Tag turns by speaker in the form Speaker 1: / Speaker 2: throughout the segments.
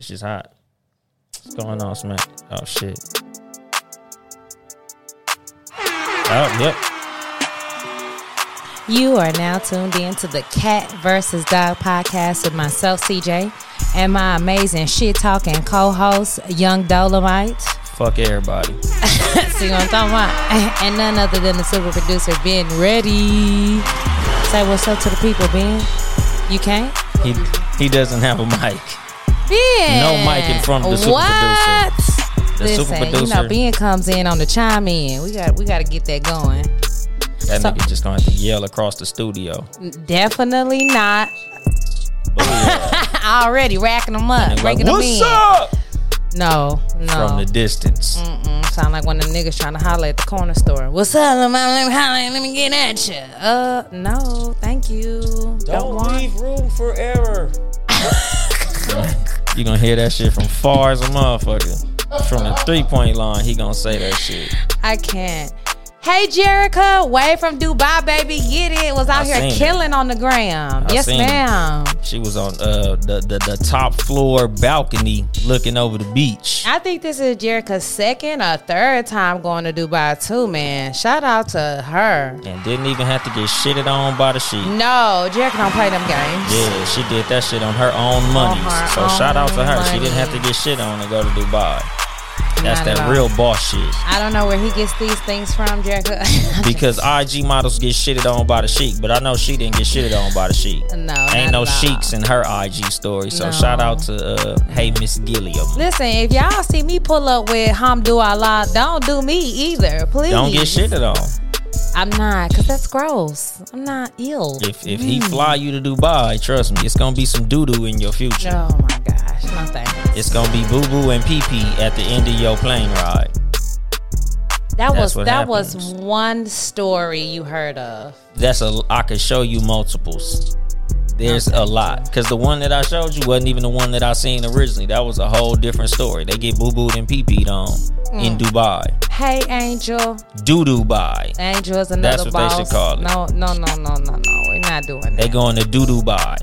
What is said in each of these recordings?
Speaker 1: It's just hot. What's going on, Smack? Oh shit. Oh, yep.
Speaker 2: You are now tuned in to the Cat versus Dog podcast with myself, CJ, and my amazing shit talking co host, Young Dolomite.
Speaker 1: Fuck everybody.
Speaker 2: See what I'm talking about? And none other than the super producer, Ben Ready. Say what's up to the people, Ben. You can't?
Speaker 1: He he doesn't have a mic.
Speaker 2: Ben!
Speaker 1: No mic in front of the super
Speaker 2: what?
Speaker 1: The
Speaker 2: Listen,
Speaker 1: super
Speaker 2: you
Speaker 1: producer.
Speaker 2: know, Ben comes in on the chime in. We got we got to get that going.
Speaker 1: that
Speaker 2: so-
Speaker 1: nigga just gonna have to yell across the studio.
Speaker 2: Definitely not. Already racking them
Speaker 1: And
Speaker 2: up,
Speaker 1: like,
Speaker 2: breaking
Speaker 1: What's
Speaker 2: them in. Oh.
Speaker 1: up?
Speaker 2: No, no.
Speaker 1: From the distance.
Speaker 2: Mm, Sound like one of them niggas trying to holler at the corner store. What's up, mama? Let me holler. Let me get at you. Uh, no, thank you. Don't, want.
Speaker 1: room for error. you gonna hear that shit from far as a motherfucker. From the three point line, he gonna say that shit.
Speaker 2: I can't. Hey, Jerica, way from Dubai, baby, get it. Was out
Speaker 1: I seen
Speaker 2: here
Speaker 1: it.
Speaker 2: killing on the gram.
Speaker 1: I
Speaker 2: yes,
Speaker 1: seen it.
Speaker 2: ma'am.
Speaker 1: She was on uh the, the the top floor balcony looking over the beach.
Speaker 2: I think this is Jerica's second or third time going to Dubai too, man. Shout out to her.
Speaker 1: And didn't even have to get shitted on by the sheet.
Speaker 2: No, Jerica don't play them games.
Speaker 1: Yeah, she did that shit on her own money.
Speaker 2: her
Speaker 1: So shout out to
Speaker 2: own
Speaker 1: her. She didn't
Speaker 2: money.
Speaker 1: have to get shit on to go to Dubai. That's
Speaker 2: Not at
Speaker 1: that
Speaker 2: all.
Speaker 1: real boss shit.
Speaker 2: I don't know where he gets these things from, Jerica.
Speaker 1: Because IG models get shitted on by the chic, but I know she didn't get shitted on by the chic.
Speaker 2: No,
Speaker 1: ain't
Speaker 2: not
Speaker 1: no
Speaker 2: at all.
Speaker 1: sheiks in her IG story. So
Speaker 2: No.
Speaker 1: shout out to uh, hey Miss Gilliam.
Speaker 2: Listen, if y'all see me pull up with Hamdu Allah, don't do me either, please.
Speaker 1: Don't get shitted on.
Speaker 2: I'm not, cause that's gross. I'm not ill.
Speaker 1: If if
Speaker 2: Mm.
Speaker 1: he fly you to Dubai, trust me, it's gonna be some doo doo in your future.
Speaker 2: Oh my gosh, no thanks.
Speaker 1: It's gonna be boo boo and pee pee at the end of your plane ride.
Speaker 2: That was
Speaker 1: what
Speaker 2: that
Speaker 1: happens.
Speaker 2: was one story you heard of.
Speaker 1: that's a I could show you multiples. There's a lot because the one that I showed you wasn't even the one that I seen originally. That was a whole different story. They get boo booed and pee peed on in Dubai,
Speaker 2: Hey, Angel.
Speaker 1: doo Dubai.
Speaker 2: Angel is
Speaker 1: what
Speaker 2: another
Speaker 1: they
Speaker 2: boss.
Speaker 1: should call it.
Speaker 2: No, no, no, no, no, no. We're not doing
Speaker 1: They
Speaker 2: that.
Speaker 1: going to doo Dubai.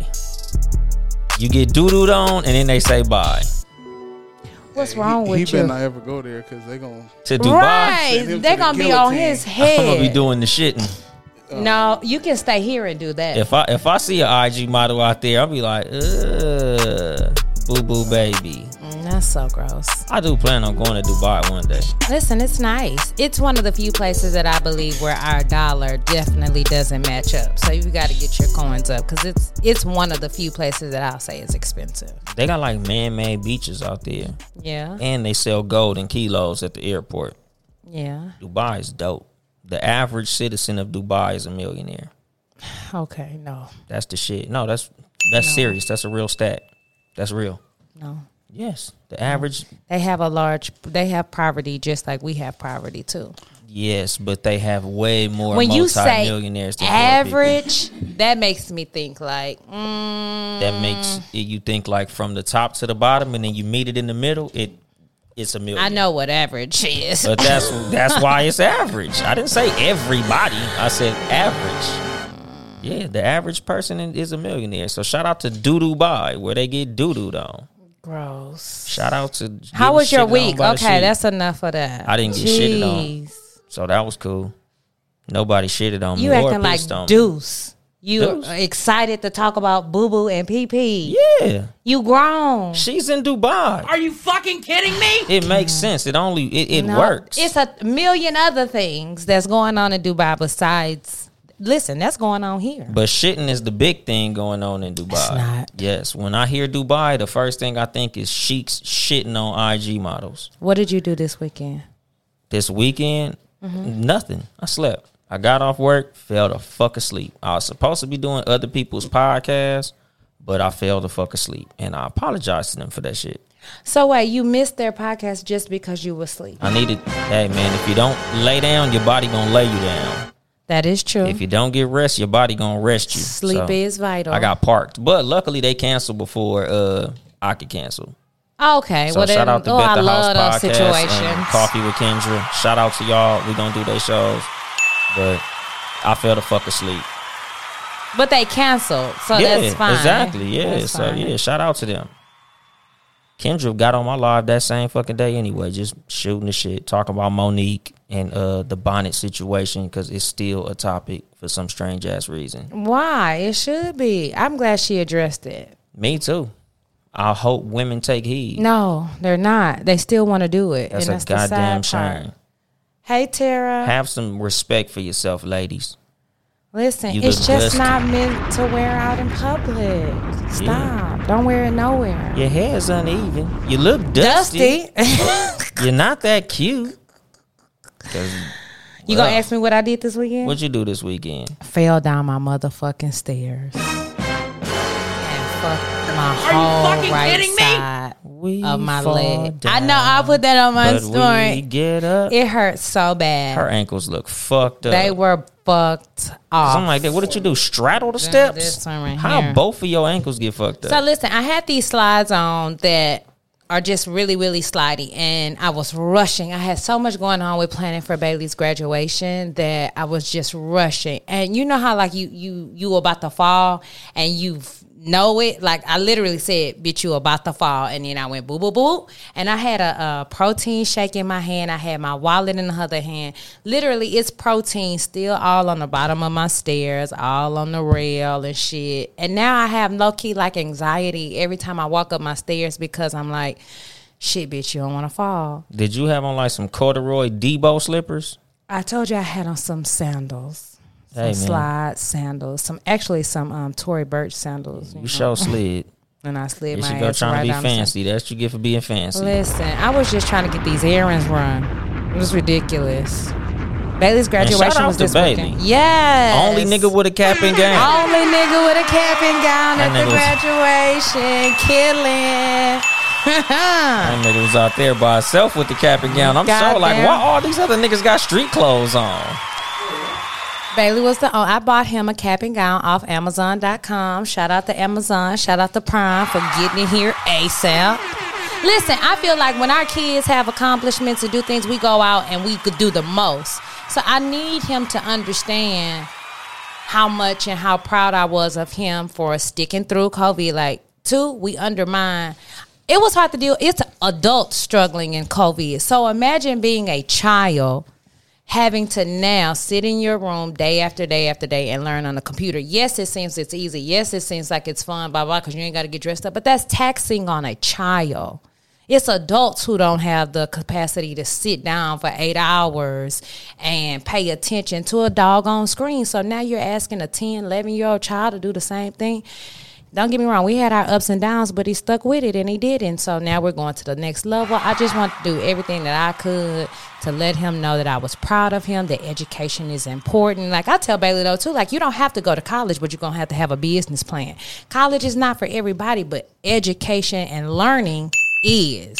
Speaker 1: You get doo dooed on and then they say bye
Speaker 2: What's wrong
Speaker 3: he,
Speaker 2: with
Speaker 3: he
Speaker 2: you?
Speaker 3: better not ever go there because they gonna
Speaker 1: to Dubai.
Speaker 2: Right,
Speaker 3: Send him to
Speaker 2: they're
Speaker 3: the
Speaker 2: gonna be on
Speaker 3: guillotine.
Speaker 2: his head.
Speaker 1: I'm gonna be doing the shitting.
Speaker 2: no, you can stay here and do that.
Speaker 1: If I if I see an IG model out there, I'll be like, Ugh, boo boo baby.
Speaker 2: Mm, that's so gross.
Speaker 1: I do plan on going to Dubai one day.
Speaker 2: Listen, it's nice. It's one of the few places that I believe where our dollar definitely doesn't match up. So you got to get your coins up because it's it's one of the few places that I'll say is expensive.
Speaker 1: They got like man made beaches out there.
Speaker 2: Yeah,
Speaker 1: and they sell gold in kilos at the airport.
Speaker 2: yeah.
Speaker 1: Dubai is dope. The average citizen of Dubai is a millionaire.
Speaker 2: Okay, no,
Speaker 1: That's the shit. No, that's that's serious. That's a real stat. That's real.
Speaker 2: no.
Speaker 1: Yes, the average.
Speaker 2: They have a large. They have poverty just like we have poverty too.
Speaker 1: Yes, but they have way more
Speaker 2: When you say
Speaker 1: multi-millionaires than poor people.
Speaker 2: average, that makes me think like, mm,
Speaker 1: That makes it, you think like from the top to the bottom, and then you meet it in the middle. It it's a million.
Speaker 2: I know what average is.
Speaker 1: But that's that's why it's average. I didn't say everybody. I said average. Yeah, the average person in- is a millionaire. So shout out to Doodoo By where they get doodooed on.
Speaker 2: Gross.
Speaker 1: Shout out to
Speaker 2: How
Speaker 1: getting
Speaker 2: was your
Speaker 1: shitted on
Speaker 2: week?
Speaker 1: by the
Speaker 2: Okay,
Speaker 1: sheep.
Speaker 2: that's enough of that.
Speaker 1: I didn't get shitted on.
Speaker 2: Jeez.
Speaker 1: so that was cool. Nobody shitted on
Speaker 2: You
Speaker 1: me. or
Speaker 2: acting like
Speaker 1: pissed on me.
Speaker 2: Deuce. You
Speaker 1: Deuce?
Speaker 2: are excited to talk about Boo Boo and Pee Pee.
Speaker 1: Yeah,
Speaker 2: You grown.
Speaker 1: she's in Dubai. Are you fucking kidding me? It makes sense. It only it, it
Speaker 2: No,
Speaker 1: works.
Speaker 2: It's a million other things that's going on in Dubai besides. Listen, that's going on here.
Speaker 1: But shitting is the big thing going on in Dubai.
Speaker 2: It's not.
Speaker 1: Yes, when I hear Dubai, the first thing I think is sheiks shitting on IG models.
Speaker 2: What did you do this weekend?
Speaker 1: This weekend,
Speaker 2: Mm-hmm.
Speaker 1: nothing. I slept. I got off work, fell the fuck asleep. I was supposed to be doing other people's podcasts, but I fell the fuck asleep, and I apologize to them for that shit.
Speaker 2: So wait, you missed their podcast just because you were asleep.
Speaker 1: I needed, hey man, if you don't lay down, your body gonna lay you down.
Speaker 2: That is true.
Speaker 1: If you don't get rest, your body gonna rest you.
Speaker 2: Sleep
Speaker 1: So,
Speaker 2: is vital.
Speaker 1: I got parked, but luckily they canceled before uh I could cancel.
Speaker 2: okay.
Speaker 1: So
Speaker 2: well,
Speaker 1: shout
Speaker 2: then,
Speaker 1: out to
Speaker 2: oh,
Speaker 1: Bet
Speaker 2: I
Speaker 1: the
Speaker 2: love
Speaker 1: House
Speaker 2: those
Speaker 1: podcast and
Speaker 2: situations.
Speaker 1: Coffee with Kendra. Shout out to y'all. We gonna do their shows, but I fell the fuck asleep.
Speaker 2: But they canceled, so
Speaker 1: yeah,
Speaker 2: that's fine.
Speaker 1: exactly. Yeah,
Speaker 2: That's
Speaker 1: so
Speaker 2: fine.
Speaker 1: yeah, shout out to them. Kendra got on my live that same fucking day anyway, just shooting the shit, talking about Monique and uh the bonnet situation because it's still a topic for some strange ass reason.
Speaker 2: Why? It should be. I'm glad she addressed it.
Speaker 1: Me too. I hope women take heed.
Speaker 2: No, they're not. They still want to do it.
Speaker 1: that's
Speaker 2: and
Speaker 1: a
Speaker 2: that's the
Speaker 1: goddamn
Speaker 2: sad
Speaker 1: shame.
Speaker 2: part. Hey, Tara.
Speaker 1: Have some respect for yourself, ladies.
Speaker 2: Listen,
Speaker 1: You
Speaker 2: it's
Speaker 1: look dusty.
Speaker 2: just not meant to wear out in public. Stop. Don't wear it nowhere.
Speaker 1: Your hair's uneven. You look dusty.
Speaker 2: Dusty.
Speaker 1: You're not that cute. 'Cause-
Speaker 2: you gonna ask me what I did this weekend?
Speaker 1: What'd you do this weekend?
Speaker 2: Fell down my motherfucking stairs. And fucked my whole right side
Speaker 1: We
Speaker 2: of my
Speaker 1: fall
Speaker 2: leg. I
Speaker 1: down,
Speaker 2: know I put that on my
Speaker 1: but We
Speaker 2: story.
Speaker 1: get up.
Speaker 2: It hurt so bad.
Speaker 1: Her ankles look fucked up.
Speaker 2: They were fucked off.
Speaker 1: Something like that. What did you do? Straddle the steps?
Speaker 2: this one right
Speaker 1: How
Speaker 2: here.
Speaker 1: both of your ankles get fucked up?
Speaker 2: So listen, I had these slides on that are just really, really slidey, and I was rushing. I had so much going on with planning for Bailey's graduation that I was just rushing. And you know how like you you you about to fall and you know it. Like I literally said, "Bitch, you about to fall," and then I went boo boo boo. And I had a, a protein shake in my hand. I had my wallet in the other hand. Literally, it's protein still all on the bottom of my stairs, all on the rail and shit. And now I have low key like anxiety every time I walk up my stairs because I'm like, shit, bitch, you don't want to fall.
Speaker 1: did you have on like some corduroy Debo slippers?
Speaker 2: I told you I had on some sandals. Some
Speaker 1: Hey, man.
Speaker 2: slide sandals, some actually some um Tory Burch sandals,
Speaker 1: You show slid.
Speaker 2: and I
Speaker 1: You
Speaker 2: slid Mm-hmm. my
Speaker 1: should go
Speaker 2: ass right
Speaker 1: trying to be
Speaker 2: down the stairs.
Speaker 1: fancy. That's what you get for being fancy.
Speaker 2: Listen, I was just trying to get these errands run. It was ridiculous. Bailey's
Speaker 1: shout
Speaker 2: graduation
Speaker 1: out
Speaker 2: was
Speaker 1: to
Speaker 2: this
Speaker 1: Bailey.
Speaker 2: weekend. Yes.
Speaker 1: Only nigga with a cap and gown.
Speaker 2: Only nigga with a cap and gown
Speaker 1: That
Speaker 2: at the
Speaker 1: nigga was-
Speaker 2: graduation. Killing.
Speaker 1: That nigga was out there by himself with the cap and gown. I'm so like,
Speaker 2: Goddamn.
Speaker 1: why all these other niggas got street clothes on?
Speaker 2: Bailey was the oh, I bought him a cap and gown off Amazon.com. Shout out to Amazon. Shout out to Prime for getting it here ASAP. Listen, I feel like when our kids have accomplishments and do things, we go out and we could do the most. So I need him to understand how much and how proud I was of him for sticking through COVID. Like, two, we undermine. It was hard to deal. It's adults struggling in COVID. So imagine being a child having to now sit in your room day after day after day and learn on the computer. Yes, it seems it's easy. Yes, it seems like it's fun, blah, blah, because you ain't got to get dressed up. But that's taxing on a child. It's adults who don't have the capacity to sit down for eight hours and pay attention to a doggone screen. So now you're asking a 10, 11 year old child to do the same thing. Don't get me wrong, we had our ups and downs, but he stuck with it and he did. And so now we're going to the next level. I just want to do everything that I could to let him know that I was proud of him, that education is important. Like I tell Bailey though too, like you don't have to go to college, but you're gonna have to have a business plan. College is not for everybody, but education and learning is.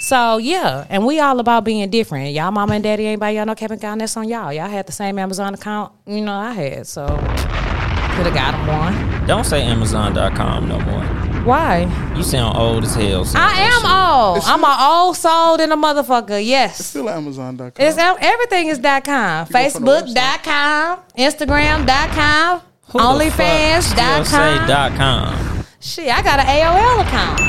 Speaker 2: So yeah, and we all about being different. Y'all mama and daddy ain't buy y'all no cap and gown, that's on y'all. Y'all had the same Amazon account, you know, I had, so could have got him one.
Speaker 1: Don't say Amazon.com no more.
Speaker 2: Why?
Speaker 1: You sound old as hell. saying
Speaker 2: I
Speaker 1: that
Speaker 2: am
Speaker 1: shit.
Speaker 2: old. I'm an old soul than a motherfucker. Yes.
Speaker 3: Still Amazon.com.
Speaker 2: It's out- everything is dot com.
Speaker 3: go from the
Speaker 2: Facebook dot com. Instagram dot com.
Speaker 1: Who the
Speaker 2: OnlyFans
Speaker 1: fuck
Speaker 2: dot
Speaker 1: still Say
Speaker 2: com.
Speaker 1: dot com.
Speaker 2: Shit, I got an AOL account.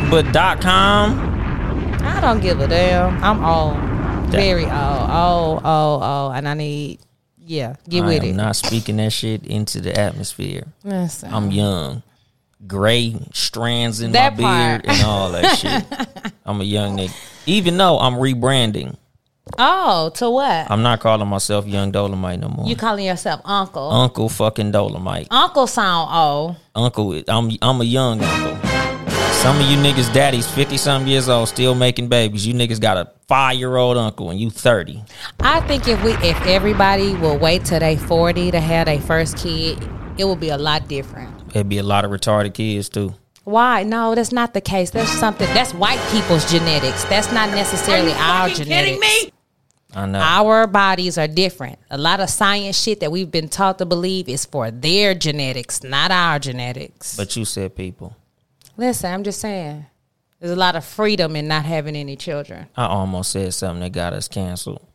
Speaker 1: Who's but dot com?
Speaker 2: I don't give a damn. I'm old. Very old. Old, old, old. And I need, yeah, get
Speaker 1: I
Speaker 2: with
Speaker 1: am
Speaker 2: it.
Speaker 1: not speaking that shit into the atmosphere.
Speaker 2: Listen.
Speaker 1: I'm young. Gray strands in
Speaker 2: That
Speaker 1: my beard
Speaker 2: part.
Speaker 1: and all that shit. I'm a young nigga. Even though I'm rebranding,
Speaker 2: oh, to what?
Speaker 1: I'm not calling myself Young Dolomite no more.
Speaker 2: you calling yourself uncle.
Speaker 1: Uncle fucking Dolomite.
Speaker 2: uncle sound old.
Speaker 1: Uncle, is- I'm I'm a young uncle. Some of you niggas daddies 50 some years old still making babies. You niggas got a 5-year-old uncle and you 30.
Speaker 2: I think if we if everybody will wait till they forty to have their first kid, it will be a lot different.
Speaker 1: it'd be a lot of retarded kids too.
Speaker 2: Why? No, that's not the case. That's something that's white people's genetics. That's not necessarily our genetics.
Speaker 1: I know.
Speaker 2: Our bodies are different. A lot of science shit that we've been taught to believe is for their genetics, not our genetics.
Speaker 1: but you said people.
Speaker 2: Listen, I'm just saying. There's a lot of freedom in not having any children.
Speaker 1: I almost said something that got us canceled.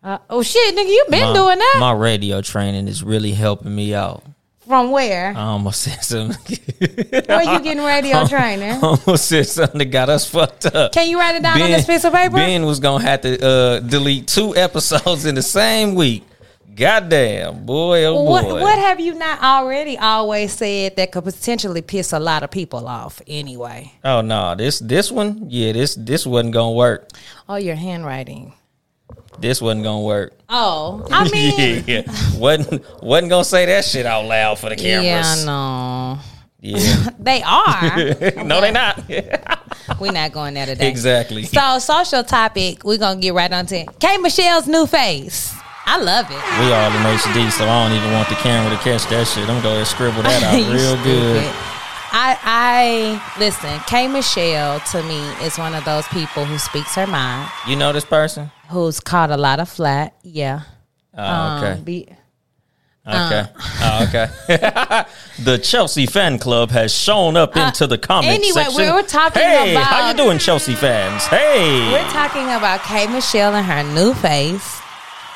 Speaker 2: Uh, oh shit, nigga, you been
Speaker 1: my,
Speaker 2: doing that
Speaker 1: My radio training is really helping me out.
Speaker 2: from where?
Speaker 1: I almost said something.
Speaker 2: where you getting radio training?
Speaker 1: I almost said something that got us fucked up.
Speaker 2: Can you write it down on this piece of paper?
Speaker 1: Ben was gonna have to uh, delete two episodes in the same week. Goddamn, boy, oh boy.
Speaker 2: What, what have you not already always said that could potentially piss a lot of people off anyway?
Speaker 1: oh no, this this one, yeah, this this wasn't gonna work.
Speaker 2: Oh, your handwriting.
Speaker 1: This wasn't gonna work.
Speaker 2: Oh, I mean,
Speaker 1: yeah, wasn't wasn't gonna say that shit out loud for the
Speaker 2: yeah,
Speaker 1: cameras.
Speaker 2: I know.
Speaker 1: Yeah.
Speaker 2: They are.
Speaker 1: no, they not.
Speaker 2: We're not going there today.
Speaker 1: exactly.
Speaker 2: So, social topic, we're going to get right on to it. K. Michelle's new face. I love it.
Speaker 1: We all in HD, so I don't even want the camera to catch that shit. I'm gonna scribble that out
Speaker 2: You
Speaker 1: real good.
Speaker 2: stupid. I, I, listen, K. Michelle to me is one of those people who speaks her mind,
Speaker 1: You know this person?
Speaker 2: who's caught a lot of flat. Yeah.
Speaker 1: Oh, okay.
Speaker 2: Um, Be, uh.
Speaker 1: Okay. Oh, okay. the Chelsea fan club has shown up into the comments
Speaker 2: Uh, anyway,
Speaker 1: section.
Speaker 2: we were talking
Speaker 1: hey,
Speaker 2: about-
Speaker 1: how you doing, Chelsea fans? Hey,
Speaker 2: We're talking about K Michelle and her new face.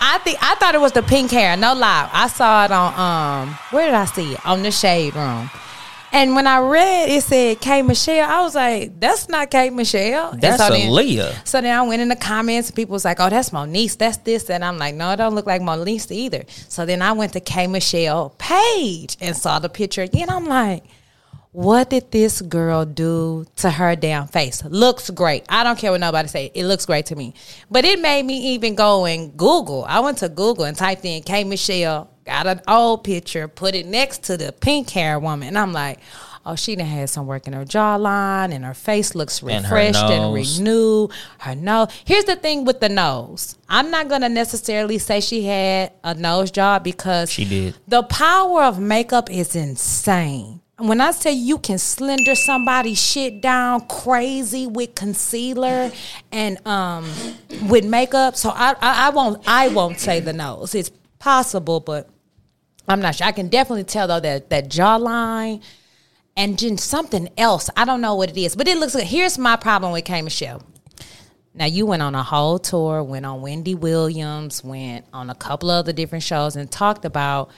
Speaker 2: I think I thought it was the pink hair. No lie, I saw it on um. Where did I see it? On the shade room. And when I read it said K Michelle, I was like, "That's not K Michelle." And
Speaker 1: that's
Speaker 2: so
Speaker 1: a
Speaker 2: then-
Speaker 1: Leah.
Speaker 2: So then I went in the comments. People was like, "Oh, that's Moniece. That's this." And I'm like, "No, it don't look like Moniece either." So then I went to K Michelle page and saw the picture again. I'm like, "What did this girl do to her damn face? Looks great. I don't care what nobody say. It looks great to me." But it made me even go and Google. I went to Google and typed in K Michelle. Got an old picture, put it next to the pink hair woman. And I'm like, oh, she done had some work in her jawline and her face looks
Speaker 1: And her
Speaker 2: refreshed and
Speaker 1: nose.
Speaker 2: renewed knew her nose. Here's the thing with the nose. I'm not gonna necessarily say she had a nose job because
Speaker 1: She did.
Speaker 2: The power of makeup is insane. When I say you can slender somebody's shit down crazy with concealer and um with makeup, so I I, I won't I won't say the nose. It's possible, but I'm not sure. I can definitely tell though that that jawline and then something else. I don't know what it is, but it looks good. Here's my problem with K Michelle. Now you went on a whole tour, went on Wendy Williams, went on a couple other different shows, and talked about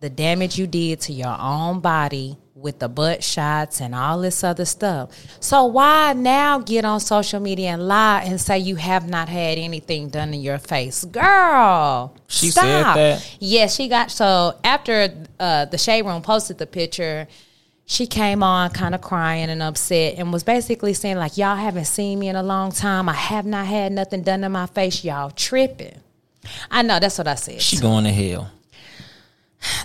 Speaker 2: the damage you did to your own body with the butt shots and all this other stuff. So why now get on social media and lie and say you have not had anything done in your face, girl?
Speaker 1: She said
Speaker 2: stop.
Speaker 1: that?
Speaker 2: Yes, she got so after uh, the shade room posted the picture. She came on kind of crying and upset and was basically saying, like, y'all haven't seen me in a long time. I have not had nothing done to my face. Y'all tripping. I know, that's what I said.
Speaker 1: She going to hell.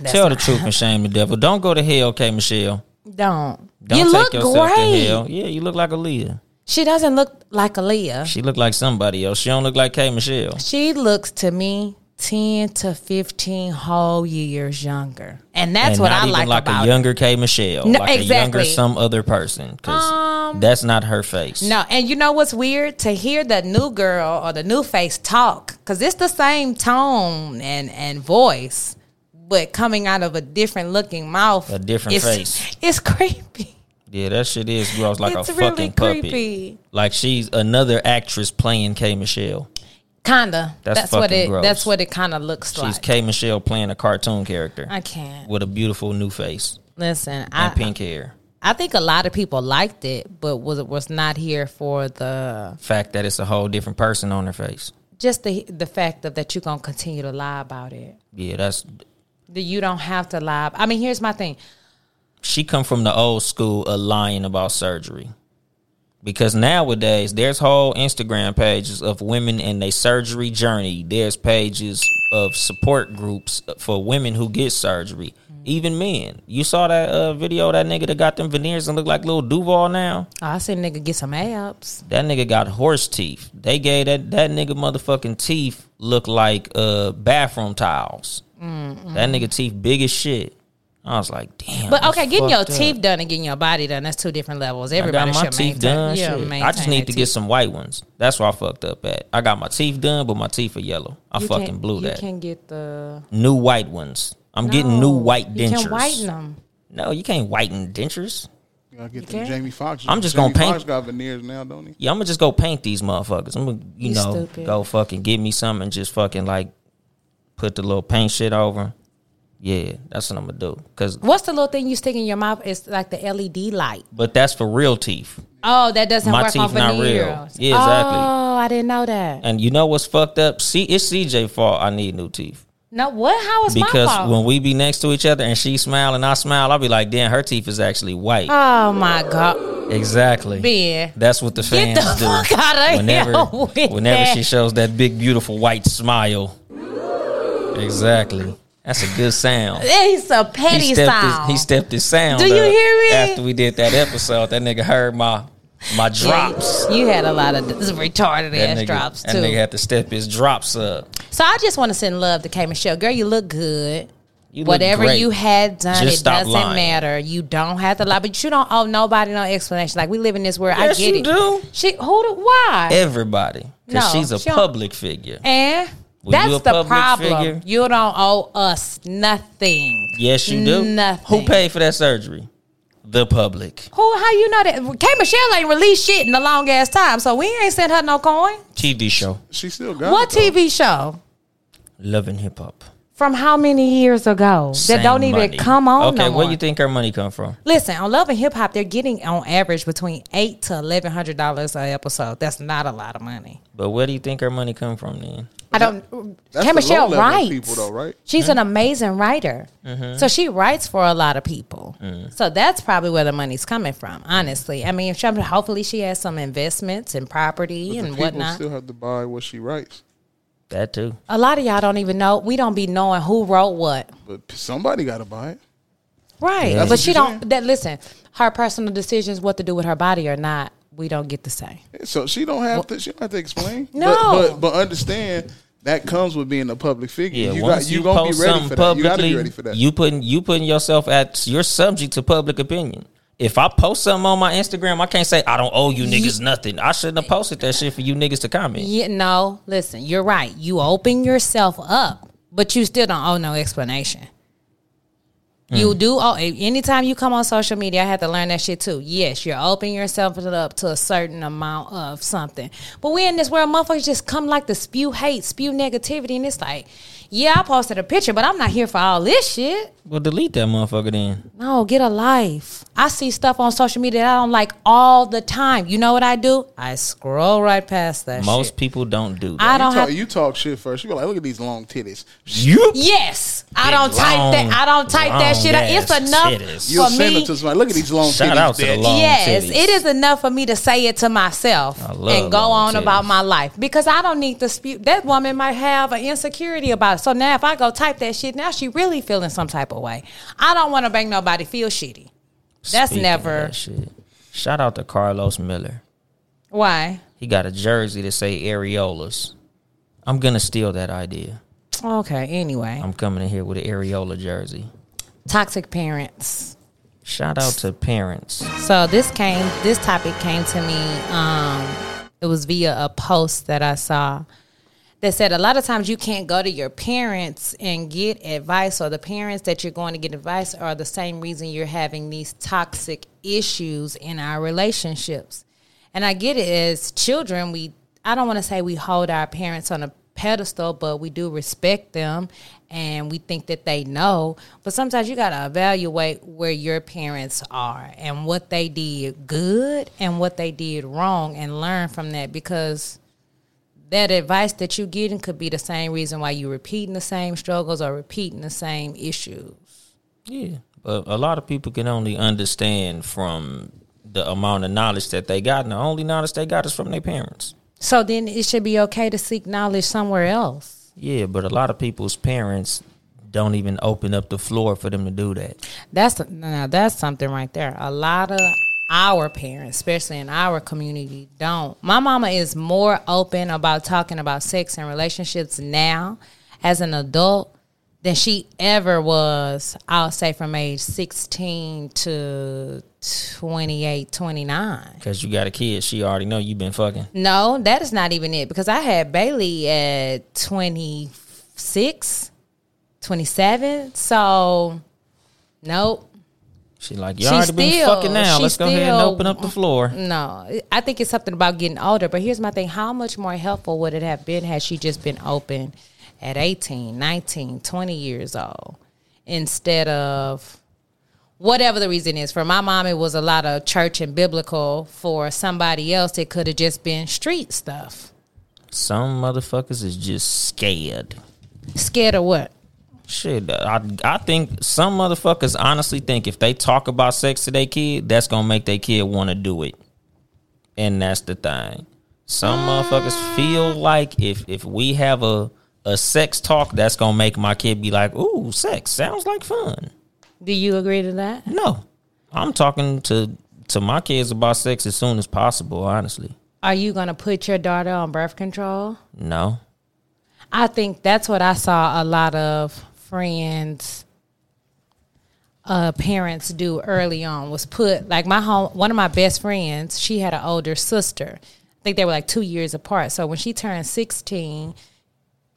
Speaker 2: That's
Speaker 1: Tell
Speaker 2: not-
Speaker 1: the truth and shame the devil. Don't go to hell, okay, Michelle.
Speaker 2: Don't.
Speaker 1: Don't
Speaker 2: you
Speaker 1: take
Speaker 2: look
Speaker 1: yourself to
Speaker 2: great.
Speaker 1: hell. Yeah, you look like a Leah.
Speaker 2: She doesn't look like Aaliyah.
Speaker 1: She look like somebody else. She don't look like K Michelle.
Speaker 2: She looks to me 10 to 15 whole years younger. And that's
Speaker 1: and
Speaker 2: what
Speaker 1: not
Speaker 2: I
Speaker 1: even
Speaker 2: like,
Speaker 1: like
Speaker 2: about
Speaker 1: a
Speaker 2: it.
Speaker 1: younger K Michelle,
Speaker 2: No,
Speaker 1: like a younger
Speaker 2: exactly. Um,
Speaker 1: some other person, because that's not her face.
Speaker 2: No, and you know what's weird to hear the new girl or the new face talk because it's the same tone and and voice, but coming out of a different looking mouth,
Speaker 1: A different
Speaker 2: it's-
Speaker 1: face.
Speaker 2: It's creepy.
Speaker 1: Yeah, that shit is gross like
Speaker 2: It's
Speaker 1: a
Speaker 2: really
Speaker 1: fucking puppy.
Speaker 2: creepy.
Speaker 1: Like she's another actress playing K Michelle.
Speaker 2: Kinda.
Speaker 1: That's
Speaker 2: That's, what
Speaker 1: fucking
Speaker 2: it.
Speaker 1: gross.
Speaker 2: That's what it kind of looks
Speaker 1: She's
Speaker 2: like.
Speaker 1: K Michelle playing a cartoon character
Speaker 2: I can't
Speaker 1: with a beautiful new face
Speaker 2: listen.
Speaker 1: and
Speaker 2: I
Speaker 1: pink hair.
Speaker 2: I think a lot of people liked it, but was was not here for the
Speaker 1: Fact that it's a whole different person on her face.
Speaker 2: just the the fact of that you're gonna continue to lie about it.
Speaker 1: Yeah, that's
Speaker 2: That you don't have to lie. I mean, here's my thing.
Speaker 1: she come from the old school of lying about surgery because nowadays there's whole instagram pages of women and their surgery journey there's pages of support groups for women who get surgery even men you saw that uh, video of that nigga that got them veneers and look like little duval now
Speaker 2: Oh, I seen nigga get some abs.
Speaker 1: that nigga got horse teeth they gave that that nigga motherfucking teeth look like uh bathroom tiles that nigga teeth big as shit I was like, damn.
Speaker 2: But
Speaker 1: that's
Speaker 2: okay, getting your
Speaker 1: fucked up.
Speaker 2: teeth done and getting your body done—that's two different levels.
Speaker 1: I
Speaker 2: Everybody
Speaker 1: got my
Speaker 2: should
Speaker 1: teeth
Speaker 2: maintain.
Speaker 1: done. shit.
Speaker 2: yeah,
Speaker 1: I
Speaker 2: maintain
Speaker 1: just
Speaker 2: their
Speaker 1: need to get
Speaker 2: teeth.
Speaker 1: some white ones. That's where I fucked up at. I got my teeth done, but my teeth are yellow. I
Speaker 2: You
Speaker 1: fucking
Speaker 2: can't-
Speaker 1: blew that.
Speaker 2: You can get the.
Speaker 1: New white ones. I'm getting
Speaker 2: No,
Speaker 1: new white dentures.
Speaker 2: You can whiten them.
Speaker 1: No, you can't whiten dentures.
Speaker 3: You gotta get
Speaker 2: Okay.
Speaker 3: the Jamie Foxx.
Speaker 1: I'm just
Speaker 3: Jamie
Speaker 1: gonna paint-
Speaker 3: Foxx got veneers now, don't he?
Speaker 1: Yeah, I'm gonna just go paint these motherfuckers. I'm gonna, you,
Speaker 2: You
Speaker 1: know,
Speaker 2: stupid.
Speaker 1: go fucking get me some and just fucking like put the little paint shit over. 'em. Yeah, that's what I'm gonna do. Cause,
Speaker 2: What's the little thing you stick in your mouth? It's like the LED light.
Speaker 1: but that's for real teeth.
Speaker 2: Oh, that doesn't
Speaker 1: My
Speaker 2: work
Speaker 1: teeth
Speaker 2: on
Speaker 1: not real.
Speaker 2: veneers.
Speaker 1: Yeah, exactly.
Speaker 2: Oh, I didn't know that.
Speaker 1: And you know what's fucked up? See, it's CJ fault. I need new teeth
Speaker 2: No, what? How is my
Speaker 1: because
Speaker 2: fault?
Speaker 1: when we be next to each other and she smile and I smile, I'll be like, damn, her teeth is actually white.
Speaker 2: oh my god,
Speaker 1: exactly.
Speaker 2: Ben.
Speaker 1: That's what the
Speaker 2: Get
Speaker 1: fans
Speaker 2: the
Speaker 1: do.
Speaker 2: fuck outta here
Speaker 1: whenever,
Speaker 2: with
Speaker 1: whenever
Speaker 2: that.
Speaker 1: she shows that big, beautiful white smile. Exactly. That's a good sound.
Speaker 2: It's a petty
Speaker 1: He stepped, his,
Speaker 2: sound.
Speaker 1: he stepped his sound.
Speaker 2: Do you
Speaker 1: up
Speaker 2: hear me?
Speaker 1: After we did that episode, that nigga heard my my drops.
Speaker 2: You had a lot of this retarded
Speaker 1: That
Speaker 2: ass
Speaker 1: nigga,
Speaker 2: drops
Speaker 1: that
Speaker 2: too.
Speaker 1: nigga had to step his drops up.
Speaker 2: so I just want to send love to K Michelle. Girl, you look good.
Speaker 1: You look
Speaker 2: Whatever
Speaker 1: great.
Speaker 2: you had done,
Speaker 1: Just
Speaker 2: it
Speaker 1: stop
Speaker 2: doesn't
Speaker 1: lying.
Speaker 2: matter. You don't have to lie, but you don't owe nobody no explanation. Like we live in this world,
Speaker 1: Yes,
Speaker 2: I get
Speaker 1: you
Speaker 2: it.
Speaker 1: do. Eh.
Speaker 2: She who? do- Why?
Speaker 1: Everybody, because
Speaker 2: No,
Speaker 1: she's a
Speaker 2: she don't-
Speaker 1: public figure.
Speaker 2: And
Speaker 1: When
Speaker 2: that's
Speaker 1: you a
Speaker 2: the
Speaker 1: public
Speaker 2: problem.
Speaker 1: figure-
Speaker 2: You don't owe us nothing.
Speaker 1: Yes, you do.
Speaker 2: Nothing.
Speaker 1: Who paid for that surgery? The public.
Speaker 2: Who? How you know that? K Michelle ain't released shit in a long ass time, so we ain't sent her no coin.
Speaker 1: TV show.
Speaker 3: She still got
Speaker 2: What
Speaker 3: it,
Speaker 2: TV show
Speaker 1: Loving hip hop.
Speaker 2: from how many years ago that
Speaker 1: Same
Speaker 2: don't even
Speaker 1: money.
Speaker 2: come on?
Speaker 1: Okay,
Speaker 2: no
Speaker 1: where
Speaker 2: more?
Speaker 1: you think her money come from?
Speaker 2: Listen, on Love and Hip Hop, they're getting on average between eight to eleven hundred dollars an episode. That's not a lot of money.
Speaker 1: But where do you think her money come from then?
Speaker 2: I don't.
Speaker 3: That's
Speaker 2: K
Speaker 3: the
Speaker 2: Michelle
Speaker 3: low level
Speaker 2: writes.
Speaker 3: people though, right?
Speaker 2: She's
Speaker 1: Hmm?
Speaker 2: an amazing writer,
Speaker 1: Mm-hmm.
Speaker 2: so she writes for a lot of people.
Speaker 1: Mm.
Speaker 2: So that's probably where the money's coming from. Honestly, I mean, she- hopefully she has some investments in property
Speaker 3: But the
Speaker 2: and
Speaker 3: people
Speaker 2: whatnot.
Speaker 3: still have to buy what she writes.
Speaker 1: That too.
Speaker 2: a lot of y'all don't even know. We don't be knowing who wrote what.
Speaker 3: But p- somebody gotta buy it.
Speaker 2: Right.
Speaker 1: That's
Speaker 2: But
Speaker 3: what
Speaker 2: she
Speaker 3: you're
Speaker 2: don't
Speaker 3: saying.
Speaker 2: that listen, her personal decisions what to do with her body or not, we don't get to say.
Speaker 3: So she don't have to. She don't have to explain.
Speaker 2: No.
Speaker 3: but but, but understand that comes with being a public figure.
Speaker 1: Yeah,
Speaker 3: you
Speaker 1: once
Speaker 3: got
Speaker 1: you,
Speaker 3: you gonna
Speaker 1: post
Speaker 3: be ready
Speaker 1: something
Speaker 3: for that. You
Speaker 1: publicly,
Speaker 3: gotta be ready for that.
Speaker 1: you putting you putting yourself at you're subject to public opinion. If I post something on my Instagram, I can't say I don't owe you niggas nothing. I shouldn't have posted that shit for you niggas to comment.
Speaker 2: Yeah, no, listen, you're right. You open yourself up, but you still don't owe no explanation. You do owe anytime you come on social media, I had to learn that shit too. Yes, you're opening yourself up to a certain amount of something. But we in this world, motherfuckers just come like to spew hate, spew negativity, and it's like, yeah, I posted a picture, but I'm not here for all this shit.
Speaker 1: Well, delete that motherfucker then.
Speaker 2: No, get a life. I see stuff on social media that I don't like all the time. You know what I do? I scroll right past that
Speaker 1: Most
Speaker 2: shit.
Speaker 1: people don't do that.
Speaker 2: I don't
Speaker 3: talk,
Speaker 2: have
Speaker 3: you talk shit first. You be like, look at these long titties.
Speaker 1: you
Speaker 2: Yes, I don't
Speaker 1: Big
Speaker 2: type
Speaker 1: long,
Speaker 2: that. I don't type that
Speaker 1: long
Speaker 2: shit. out. It's
Speaker 1: ass
Speaker 2: enough
Speaker 1: titties.
Speaker 3: You'll
Speaker 2: for
Speaker 3: send
Speaker 2: me.
Speaker 3: it to somebody. Look at these long
Speaker 1: Shout
Speaker 3: titties.
Speaker 1: out to the
Speaker 3: bitch.
Speaker 1: long
Speaker 2: yes,
Speaker 1: titties.
Speaker 2: it is enough for me to say it to myself
Speaker 1: I love
Speaker 2: and go
Speaker 1: long
Speaker 2: on
Speaker 1: titties.
Speaker 2: about my life because I don't need to spew. That woman might have an insecurity about it. So now, if I go type that shit, now she really feeling some type of way. I don't want to make nobody feel shitty. That's
Speaker 1: Speaking of
Speaker 2: never-
Speaker 1: that shit. Shout out to Carlos Miller.
Speaker 2: Why?
Speaker 1: He got a jersey to say areolas. I'm gonna steal that idea.
Speaker 2: Okay. Anyway,
Speaker 1: I'm coming in here with an areola jersey.
Speaker 2: toxic parents.
Speaker 1: Shout out to parents.
Speaker 2: So this came, this topic came to me. Um, it was via a post that I saw that said a lot of times you can't go to your parents and get advice, or the parents that you're going to get advice are the same reason you're having these toxic issues in our relationships. And I get it as children, we I don't want to say we hold our parents on a pedestal, but we do respect them and we think that they know. But sometimes you gotta evaluate where your parents are and what they did good and what they did wrong and learn from that because that advice that you getting could be the same reason why you're repeating the same struggles or repeating the same issues.
Speaker 1: Yeah, but a lot of people can only understand from the amount of knowledge that they got, and the only knowledge they got is from their parents.
Speaker 2: So then it should be okay to seek knowledge somewhere else.
Speaker 1: Yeah, but a lot of people's parents don't even open up the floor for them to do that.
Speaker 2: That's now that's something right there. A lot of our parents, especially in our community, don't. My mama is more open about talking about sex and relationships now as an adult than she ever was, I'll say from age 16 to 28, 29.
Speaker 1: Because you got a kid, she already know you been fucking.
Speaker 2: No, that is not even it because I had Bailey at 26, 27. So, nope.
Speaker 1: She like, you already been
Speaker 2: still-
Speaker 1: fucking now.
Speaker 2: she
Speaker 1: Let's go ahead and
Speaker 2: still-
Speaker 1: open up the floor.
Speaker 2: No, I think it's something about getting older. But here's my thing how much more helpful would it have been had she just been open at 18, 19, 20 years old instead of whatever the reason is? For my mom, it was a lot of church and biblical. For somebody else, it could have just been street stuff.
Speaker 1: Some motherfuckers is just scared.
Speaker 2: Scared of what?
Speaker 1: Shit, I, I think some motherfuckers honestly think if they talk about sex to their kid, that's gonna make their kid want to do it, and that's the thing. Some motherfuckers feel like if if we have a a sex talk, that's gonna make my kid be like, "Ooh, sex sounds like fun."
Speaker 2: Do you agree to that?
Speaker 1: No, I'm talking to to my kids about sex as soon as possible. Honestly,
Speaker 2: Are you going to put your daughter on birth control?
Speaker 1: no.
Speaker 2: I think that's what I saw a lot of friends uh parents do early on was put like my home one of my best friends, she had an older sister. I think they were like 2 years apart. So when she turned 16,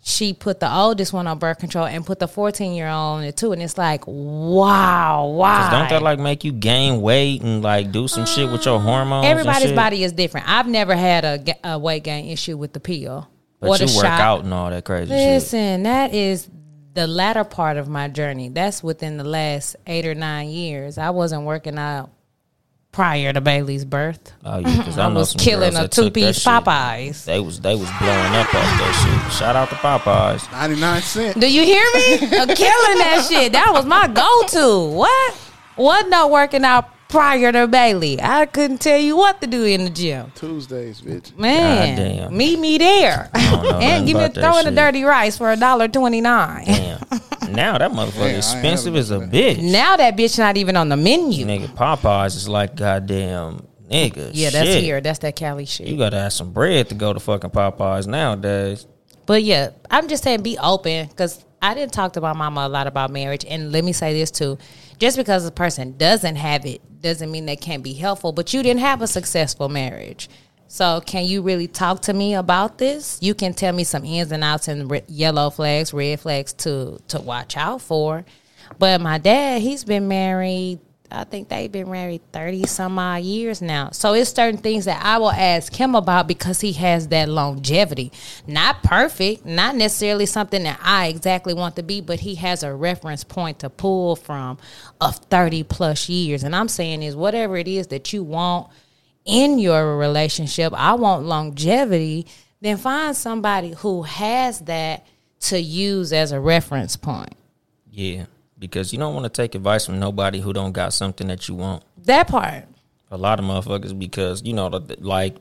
Speaker 2: she put the oldest one on birth control and put the 14-year-old on it too and it's like wow, wow.
Speaker 1: Don't that like make you gain weight and like do some shit with your hormones? and
Speaker 2: Everybody's
Speaker 1: shit?
Speaker 2: body is different. I've never had a, ga- a weight gain issue with the pill
Speaker 1: But
Speaker 2: or
Speaker 1: you
Speaker 2: the
Speaker 1: work
Speaker 2: shot.
Speaker 1: out and all that crazy shit.
Speaker 2: Listen, that is the latter part of my journey. That's within the last eight or nine years. I wasn't working out prior to Bailey's birth.
Speaker 1: Oh yeah, because I,
Speaker 2: I
Speaker 1: know
Speaker 2: was
Speaker 1: some
Speaker 2: killing
Speaker 1: girls
Speaker 2: a
Speaker 1: that took
Speaker 2: two piece
Speaker 1: that shit.
Speaker 2: Popeyes.
Speaker 1: They was they was blowing up off that shit. Shout out to Popeyes.
Speaker 3: Ninety nine cent.
Speaker 2: Do you hear me? I'm killing that shit. That was my go to. What? Wasn't no working out prior to Bailey. I couldn't tell you what to do in the gym.
Speaker 3: Tuesdays, bitch.
Speaker 2: Man,
Speaker 1: Goddamn.
Speaker 2: meet me there.
Speaker 1: don't know nothing
Speaker 2: and give me a
Speaker 1: about that
Speaker 2: throw in a
Speaker 1: shit.
Speaker 2: dirty rice for a dollar twenty nine.
Speaker 1: Damn. now that motherfucker
Speaker 3: ain't
Speaker 1: expensive
Speaker 3: never
Speaker 1: as a bitch.
Speaker 2: Now that bitch not even on the menu.
Speaker 1: nigga, Popeyes is like goddamn nigga.
Speaker 2: Yeah, that's
Speaker 1: shit.
Speaker 2: here. That's that Cali shit.
Speaker 1: You gotta have some bread to go to fucking Popeyes nowadays.
Speaker 2: But yeah, I'm just saying be open because I didn't talk to my mama a lot about marriage. And let me say this too just because a person doesn't have it doesn't mean they can't be helpful, but you didn't have a successful marriage. So can you really talk to me about this? You can tell me some ins and outs and re- yellow flags, red flags to to watch out for. But my dad, he's been married. I think they've been married thirty some odd years now. So it's certain things that I will ask him about because he has that longevity. Not perfect, not necessarily something that I exactly want to be, but he has a reference point to pull from of thirty plus years. And I'm saying is whatever it is that you want in your relationship, I want longevity, then find somebody who has that to use as a reference point.
Speaker 1: Yeah. Because you don't want to take advice from nobody who don't got something that you want.
Speaker 2: That part.
Speaker 1: a lot of motherfuckers because you know the- like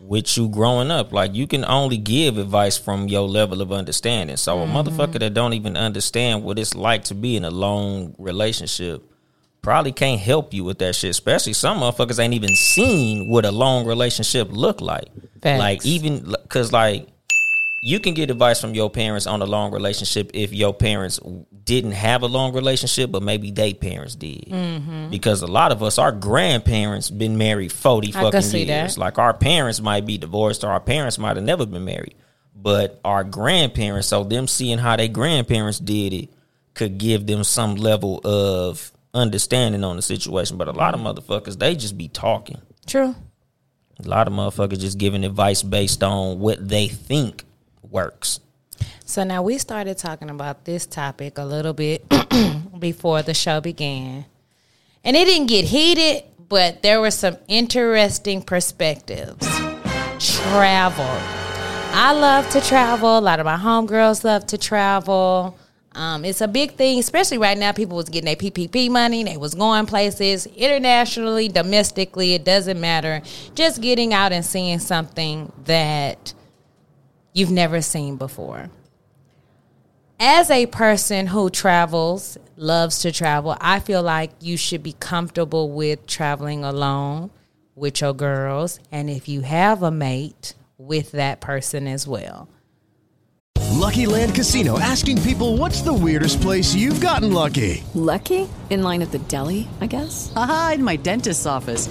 Speaker 1: with you growing up like you can only give advice from your level of understanding so a motherfucker that don't even understand what it's like to be in a long relationship probably can't help you with that shit especially some motherfuckers ain't even seen what a long relationship look like
Speaker 2: Facts.
Speaker 1: like even because like you can get advice from your parents on a long relationship if your parents didn't have a long relationship, but maybe they parents did.
Speaker 2: Mm-hmm.
Speaker 1: Because a lot of us, our grandparents, been married forty
Speaker 2: I can
Speaker 1: fucking
Speaker 2: see that.
Speaker 1: years. Like our parents might be divorced, or our parents might have never been married, but our grandparents. So them seeing how their grandparents did it could give them some level of understanding on the situation. But a lot of
Speaker 2: Mm-hmm.
Speaker 1: motherfuckers, they just be talking.
Speaker 2: True.
Speaker 1: A lot of motherfuckers just giving advice based on what they think works.
Speaker 2: So now we started talking about this topic a little bit before the show began. And it didn't get heated, but there were some interesting perspectives. Travel. I love to travel. A lot of my homegirls love to travel. Um, it's a big thing, especially right now. People was getting their PPP money. They was going places internationally, domestically. It doesn't matter. Just getting out and seeing something that you've never seen before. As a person who travels, loves to travel, I feel like you should be comfortable with traveling alone with your girls. And if you have a mate, with that person as well.
Speaker 4: Lucky Land Casino asking people what's the weirdest place you've gotten lucky?
Speaker 5: Lucky? In line at the deli, I guess?
Speaker 6: Uh-huh.
Speaker 7: Aha, in my dentist's office.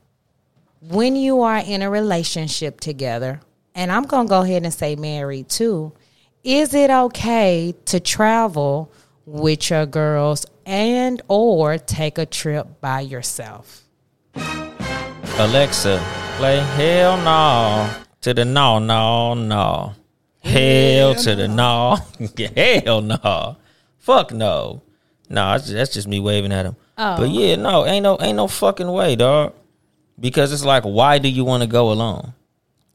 Speaker 2: when you are in a relationship together, and I'm going to go ahead and say married too, is it okay to travel with your girls and or take a trip by yourself?
Speaker 1: Alexa, play Hell No to the No No No. Hell to the No. Hell no. Fuck no. Nah, that's, that's just me waving at him.
Speaker 2: Oh.
Speaker 1: But yeah, no, ain't no ain't no fucking way, dog. Because it's like, why do you want to go alone?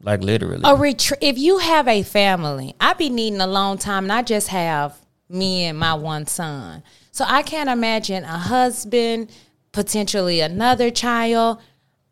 Speaker 1: Like literally.
Speaker 2: A retreat. If you have a family, I be needing a long time, and I just have me and my one son. So I can't imagine a husband, potentially another child.